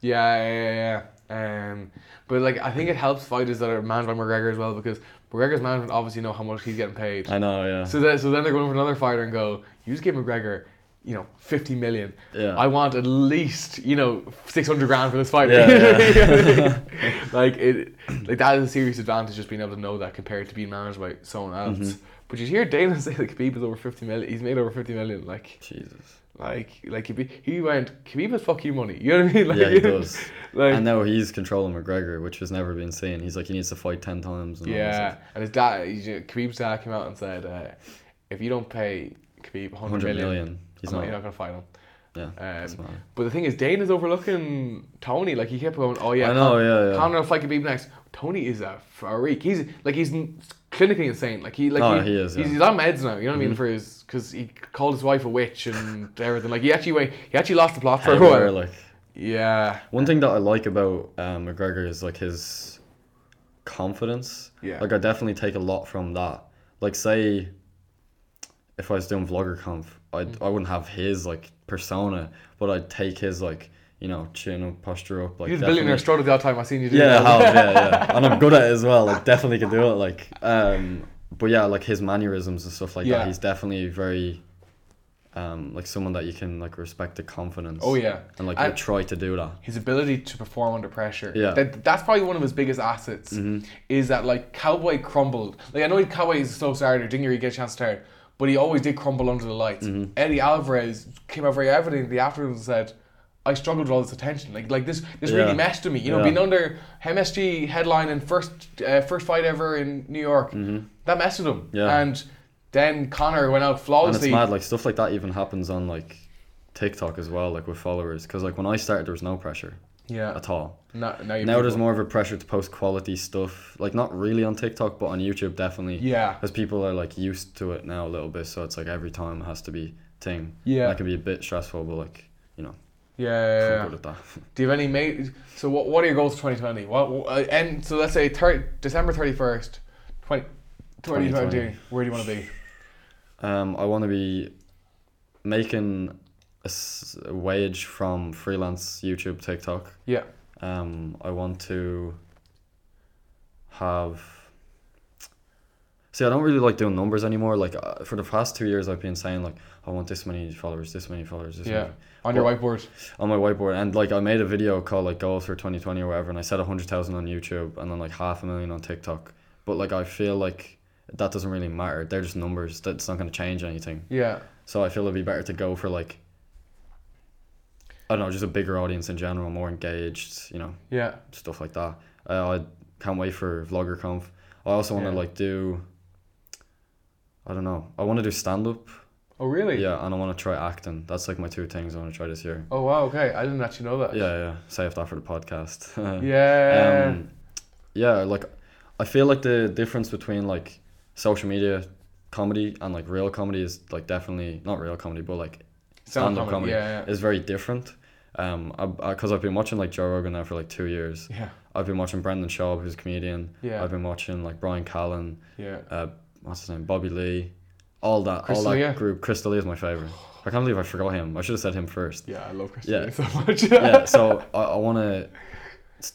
Speaker 1: Yeah, yeah, yeah, yeah. Um, but like I think it helps fighters that are managed by McGregor as well because McGregor's management obviously know how much he's getting paid.
Speaker 2: I know, yeah.
Speaker 1: So that so then they're going for another fighter and go, you just give McGregor, you know, fifty million.
Speaker 2: Yeah.
Speaker 1: I want at least you know six hundred grand for this fighter.
Speaker 2: Yeah,
Speaker 1: like it, like that is a serious advantage just being able to know that compared to being managed by someone else.
Speaker 2: Mm-hmm.
Speaker 1: But you hear Dana say that Khabib is over fifty million. He's made over fifty million. Like
Speaker 2: Jesus.
Speaker 1: like like Khabib, he went Khabib has fuck you money. You know what I mean? Like,
Speaker 2: Yeah, he does.
Speaker 1: Like,
Speaker 2: and now he's controlling McGregor, which has never been seen. He's like he needs to fight ten times. And all this
Speaker 1: Yeah,
Speaker 2: stuff.
Speaker 1: and his dad, he's, uh, Khabib's dad came out and said, uh, if you don't pay Khabib 100
Speaker 2: hundred
Speaker 1: million,
Speaker 2: million. He's
Speaker 1: I'm not,
Speaker 2: not.
Speaker 1: you're not going to fight him.
Speaker 2: yeah, that's
Speaker 1: Um,
Speaker 2: mad.
Speaker 1: But the thing is, Dane is overlooking Tony. Like, he kept going, oh, yeah,
Speaker 2: I know,
Speaker 1: Con-
Speaker 2: yeah, yeah.
Speaker 1: Conor will fight Khabib next. Tony is a freak. He's, like, he's n- clinically insane. Like, he, like,
Speaker 2: Oh, he is,
Speaker 1: He's,
Speaker 2: yeah. Mm-hmm.
Speaker 1: he's on meds now, you know what I mean? For his, because he called his wife a witch and everything. Like, he actually, went- he actually lost the plot for a
Speaker 2: Everywhere,
Speaker 1: while.
Speaker 2: like
Speaker 1: Yeah.
Speaker 2: one thing that I like about um, McGregor is like his confidence.
Speaker 1: Yeah.
Speaker 2: Like I definitely take a lot from that. Like say, if I was doing vlogger conf, I
Speaker 1: Mm.
Speaker 2: I wouldn't have his like persona, but I'd take his like you know chin up, posture up, like
Speaker 1: You did billionaire
Speaker 2: definitely-
Speaker 1: struggle the other time. I seen you do
Speaker 2: Yeah,
Speaker 1: that.
Speaker 2: I have, yeah, yeah. And I'm good at it as well. Like definitely can do it. Like um but yeah, like his mannerisms and stuff like
Speaker 1: Yeah.
Speaker 2: that, he's definitely very um like someone that you can like respect the confidence.
Speaker 1: Oh, yeah.
Speaker 2: And like
Speaker 1: I-
Speaker 2: you try to do that.
Speaker 1: his ability to perform under pressure.
Speaker 2: Yeah. Mm-hmm.
Speaker 1: That, that's probably one of his biggest assets is that like Cowboy crumbled. Like I know Cowboy is a slow starter, didn't really get a chance to start, but he always did crumble under the lights.
Speaker 2: Mm-hmm.
Speaker 1: Eddie Alvarez came out very evident in the afternoon and said, I struggled with all this attention. Like like this this really
Speaker 2: Yeah.
Speaker 1: meshed to me. You know,
Speaker 2: Yeah.
Speaker 1: being under MSG headline and first uh, first fight ever in New York, that messed with him.
Speaker 2: Mm-hmm. Yeah.
Speaker 1: And then Connor went out
Speaker 2: And it's
Speaker 1: flawlessly.
Speaker 2: mad, like stuff like that even happens on like TikTok as well, like with followers. Because like when I started there was no pressure
Speaker 1: Yeah.
Speaker 2: at all.
Speaker 1: Now, now, you
Speaker 2: Now
Speaker 1: people-
Speaker 2: there's more of a pressure to post quality stuff. Like not really on TikTok, but on YouTube definitely.
Speaker 1: Yeah.
Speaker 2: Because people are like used to it now a little bit, so it's like every time it has to be ting.
Speaker 1: Yeah.
Speaker 2: That can be a bit stressful, but like you know,
Speaker 1: Yeah, yeah, yeah.
Speaker 2: yeah. good at that.
Speaker 1: Do you have any mate? So what, what are your goals for 2020? What, what uh, and so let's say thir- December 31st, 20, 2020.
Speaker 2: 2020.
Speaker 1: Where do you want to be?
Speaker 2: Um, I want to be making a, s- a wage from freelance YouTube, TikTok.
Speaker 1: Yeah.
Speaker 2: Um, I want to have. See, I don't really like doing numbers anymore. Like uh, for the past two years, I've been saying like I want this many followers, this many followers, this
Speaker 1: Yeah.
Speaker 2: many
Speaker 1: On your whiteboard.
Speaker 2: on my whiteboard. And like I made a video called like goals for twenty twenty or whatever, and I said hundred thousand on YouTube and then like half a million on TikTok. But like I feel like that doesn't really matter. They're just numbers. That's not gonna change anything.
Speaker 1: Yeah.
Speaker 2: So I feel it'd be better to go for like I don't know, just a bigger audience in general, more engaged, you know,
Speaker 1: Yeah.
Speaker 2: stuff like that. Uh, I can't wait for vlogger conf. I also want to
Speaker 1: Yeah.
Speaker 2: like do. I don't know. I want to do stand up.
Speaker 1: Oh really?
Speaker 2: Yeah, and I want to try acting. That's like my two things I want to try this year.
Speaker 1: Oh wow. Okay. I didn't actually know that.
Speaker 2: Yeah, yeah. Save that for the podcast.
Speaker 1: Yeah.
Speaker 2: Um, yeah, like I feel like the difference between like social media comedy and like real comedy is like definitely not real comedy, but like
Speaker 1: Stand-up
Speaker 2: stand up comedy,
Speaker 1: Yeah.
Speaker 2: is very different. Um, because I've been watching like Joe Rogan now for like two years.
Speaker 1: Yeah. Yeah.
Speaker 2: I've been watching Brendan Schaub, who's a comedian.
Speaker 1: Yeah.
Speaker 2: I've been watching like Brian Callen,
Speaker 1: yeah.
Speaker 2: uh, what's his name, Bobby Lee, all that,
Speaker 1: Crystal
Speaker 2: all that
Speaker 1: Lee, yeah.
Speaker 2: group. Crystal Lee is my favorite. I can't believe I forgot him. I should have said him first.
Speaker 1: Yeah, I love Christian
Speaker 2: Yeah.
Speaker 1: Bale so much.
Speaker 2: yeah. So I, I want to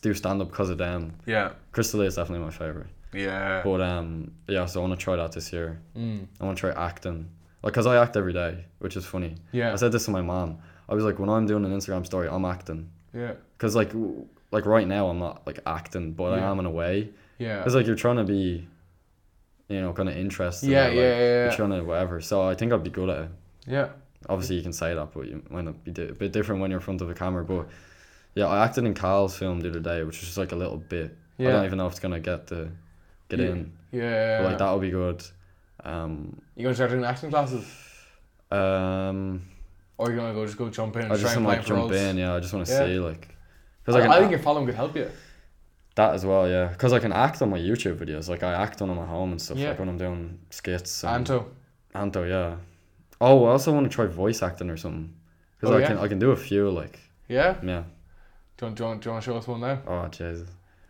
Speaker 2: do stand up because of them.
Speaker 1: yeah.
Speaker 2: Crystal Lee is definitely my favorite.
Speaker 1: Yeah.
Speaker 2: But um, yeah. So I want to try that this year.
Speaker 1: Mm.
Speaker 2: I want to try acting, like, cause I act every day, which is funny.
Speaker 1: Yeah.
Speaker 2: I said this to my mom. I was like, when I'm doing an Instagram story, I'm acting.
Speaker 1: Yeah.
Speaker 2: Cause like, w- like right now, I'm not like acting, but
Speaker 1: Yeah.
Speaker 2: I am in a way.
Speaker 1: Yeah.
Speaker 2: It's like you're trying to be, you know, kind of interested.
Speaker 1: Yeah,
Speaker 2: or, like,
Speaker 1: yeah, yeah,
Speaker 2: You're
Speaker 1: yeah.
Speaker 2: trying to whatever. So I think I'd be good at it.
Speaker 1: Yeah.
Speaker 2: Obviously, you can say that, but you might not be di- a bit different when you're in front of a camera. But yeah, I acted in Carl's film the other day, which was just like a little bit. I
Speaker 1: Yeah.
Speaker 2: don't even know if it's gonna get the get
Speaker 1: Yeah.
Speaker 2: in.
Speaker 1: Yeah.
Speaker 2: But, like that would be good. Um,
Speaker 1: You gonna start doing acting classes?
Speaker 2: Um,
Speaker 1: Or you're gonna go just go jump in. And
Speaker 2: I just
Speaker 1: try and
Speaker 2: want to
Speaker 1: play
Speaker 2: like
Speaker 1: for
Speaker 2: jump
Speaker 1: roles.
Speaker 2: in. Yeah, I just want to
Speaker 1: Yeah.
Speaker 2: see like because
Speaker 1: I,
Speaker 2: I, can
Speaker 1: I
Speaker 2: act-
Speaker 1: think your following could help you.
Speaker 2: that as well. Yeah, because I can act on my YouTube videos. Like I act on them at home and stuff.
Speaker 1: Yeah.
Speaker 2: Like when I'm doing skits. And,
Speaker 1: Anto.
Speaker 2: Anto, yeah. Oh, I also want to try voice acting or something because
Speaker 1: Oh,
Speaker 2: I
Speaker 1: yeah?
Speaker 2: can I can do a few like
Speaker 1: Yeah.
Speaker 2: yeah.
Speaker 1: Do you, want, do, you want, do you want to show us one now?
Speaker 2: Oh Jesus!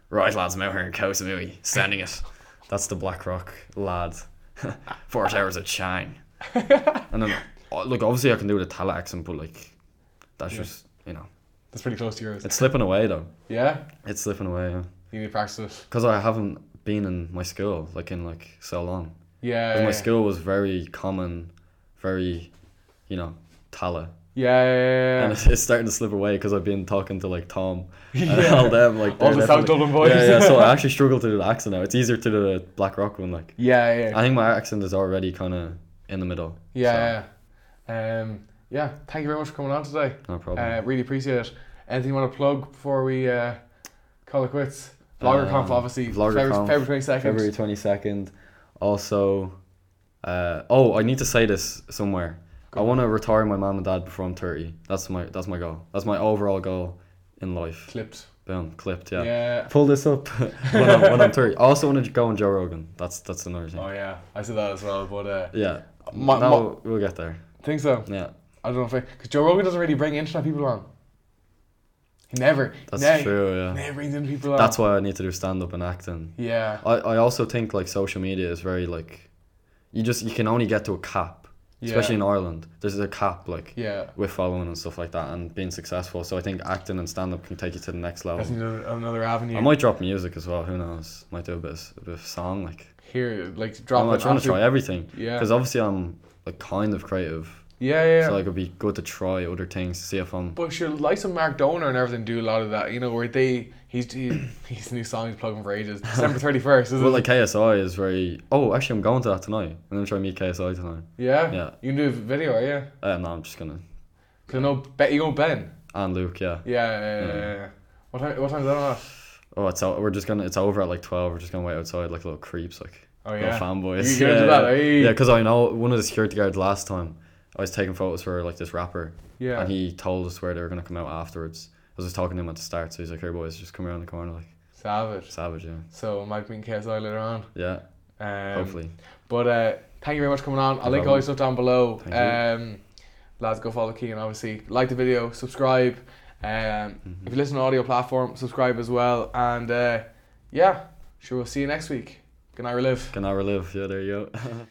Speaker 2: Right, lads, I'm out here in Kosamui, sending it. That's the Black Rock lad. Four hours of chine. and then, oh, look, obviously I can do the Tala accent, but like, that's
Speaker 1: Yeah.
Speaker 2: just you know,
Speaker 1: That's pretty close to yours.
Speaker 2: it's slipping away though.
Speaker 1: Yeah.
Speaker 2: It's slipping away. Yeah.
Speaker 1: You need to practice it.
Speaker 2: Because I haven't been in my school like in like so long.
Speaker 1: Yeah.
Speaker 2: 'Cause
Speaker 1: yeah,
Speaker 2: my school was very common, very, you know, Tala.
Speaker 1: Yeah. yeah, yeah,
Speaker 2: And
Speaker 1: yeah.
Speaker 2: it's, it's starting to slip away because I've been talking to like Tom and all them like
Speaker 1: All
Speaker 2: they're
Speaker 1: the South
Speaker 2: definitely-
Speaker 1: Dublin boys.
Speaker 2: Yeah, yeah. So I actually struggle to do the accent now. It's easier to do the Black Rock one. Like
Speaker 1: Yeah. Yeah.
Speaker 2: I think my accent is already kind of in the middle.
Speaker 1: Yeah. yeah. Um. Yeah. Thank you very much for coming on today.
Speaker 2: So, no problem.
Speaker 1: Uh, really appreciate it. Anything you want to plug before we uh, call it quits? VloggerConf,
Speaker 2: Um,
Speaker 1: obviously.
Speaker 2: VloggerConf,
Speaker 1: February, February 22nd.
Speaker 2: February twenty second. Also, uh, oh, I need to say this somewhere. I want to retire my mom and dad before I'm thirty. That's my that's my goal. That's my overall goal in life.
Speaker 1: Clipped.
Speaker 2: Boom, clipped.
Speaker 1: Yeah.
Speaker 2: Yeah. Pull this up when I'm when I'm thirty. I also want to go on Joe Rogan. That's that's another thing.
Speaker 1: Oh, yeah. I said that as well, but uh,
Speaker 2: Yeah.
Speaker 1: My-
Speaker 2: no, we'll get there.
Speaker 1: I think so.
Speaker 2: Yeah.
Speaker 1: I don't know if I. Because Joe Rogan doesn't really bring internet people on. He never.
Speaker 2: That's
Speaker 1: ne-
Speaker 2: true, yeah.
Speaker 1: Never brings in people on.
Speaker 2: That's why I need to do stand up and acting.
Speaker 1: Yeah.
Speaker 2: I, I also think like social media is very like you just you can only get to a cap.
Speaker 1: Yeah.
Speaker 2: Especially in Ireland. There's a cap like
Speaker 1: Yeah.
Speaker 2: with following and stuff like that and being successful. So I think acting and stand up can take you to the next
Speaker 1: That's
Speaker 2: level.
Speaker 1: another, another avenue.
Speaker 2: I might drop music as well, who knows? Might do a bit of, s- a bit of song like
Speaker 1: Here, like, drop
Speaker 2: I'm
Speaker 1: an
Speaker 2: like, trying to
Speaker 1: absolute-
Speaker 2: try everything.
Speaker 1: Yeah.
Speaker 2: Because obviously I'm like kind of creative.
Speaker 1: Yeah, yeah. yeah.
Speaker 2: So like it'd be good to try other things to see if I'm
Speaker 1: But sure, likes of Mark Donor and everything do a lot of that, you know, where they he's he, he's new song he's plugging for ages. December thirty first, is
Speaker 2: Well,
Speaker 1: it?
Speaker 2: like KSI is very. Oh, actually, I'm going to that tonight. I'm gonna try and meet KSI tonight.
Speaker 1: yeah?
Speaker 2: Yeah.
Speaker 1: You can do a video, yeah.
Speaker 2: Uh, no, I'm just gonna.
Speaker 1: Cause I know Be- you know Ben.
Speaker 2: And Luke, yeah.
Speaker 1: Yeah, yeah, yeah,
Speaker 2: Mm.
Speaker 1: yeah, yeah. What time? What time is that on? at?
Speaker 2: Oh, it's out. We're just gonna. It's over at like twelve. We're just gonna wait outside like little creeps, like
Speaker 1: Oh
Speaker 2: little
Speaker 1: yeah.
Speaker 2: fanboys.
Speaker 1: You gonna do
Speaker 2: yeah,
Speaker 1: that, eh?
Speaker 2: yeah. Because I know one of the security guards last time. I was taking photos for like this rapper,
Speaker 1: Yeah.
Speaker 2: and he told us where they were gonna come out afterwards. I was just talking to him at the start, so he's like, "Here, boys, just come around the corner." Like
Speaker 1: Savage.
Speaker 2: savage, yeah,
Speaker 1: So it might be in KSI later on.
Speaker 2: yeah.
Speaker 1: Um,
Speaker 2: hopefully,
Speaker 1: But uh, thank you very much for coming on. I'll
Speaker 2: No
Speaker 1: link all your stuff down below.
Speaker 2: Thank you.
Speaker 1: Um, lads, go follow Keegan, obviously. Like the video, subscribe. Um, If
Speaker 2: Mm-hmm.
Speaker 1: you listen to audio platform, subscribe as well. And uh, yeah, sure, we'll see you next week. Good night, Relive.
Speaker 2: can I relive? Yeah, there you go.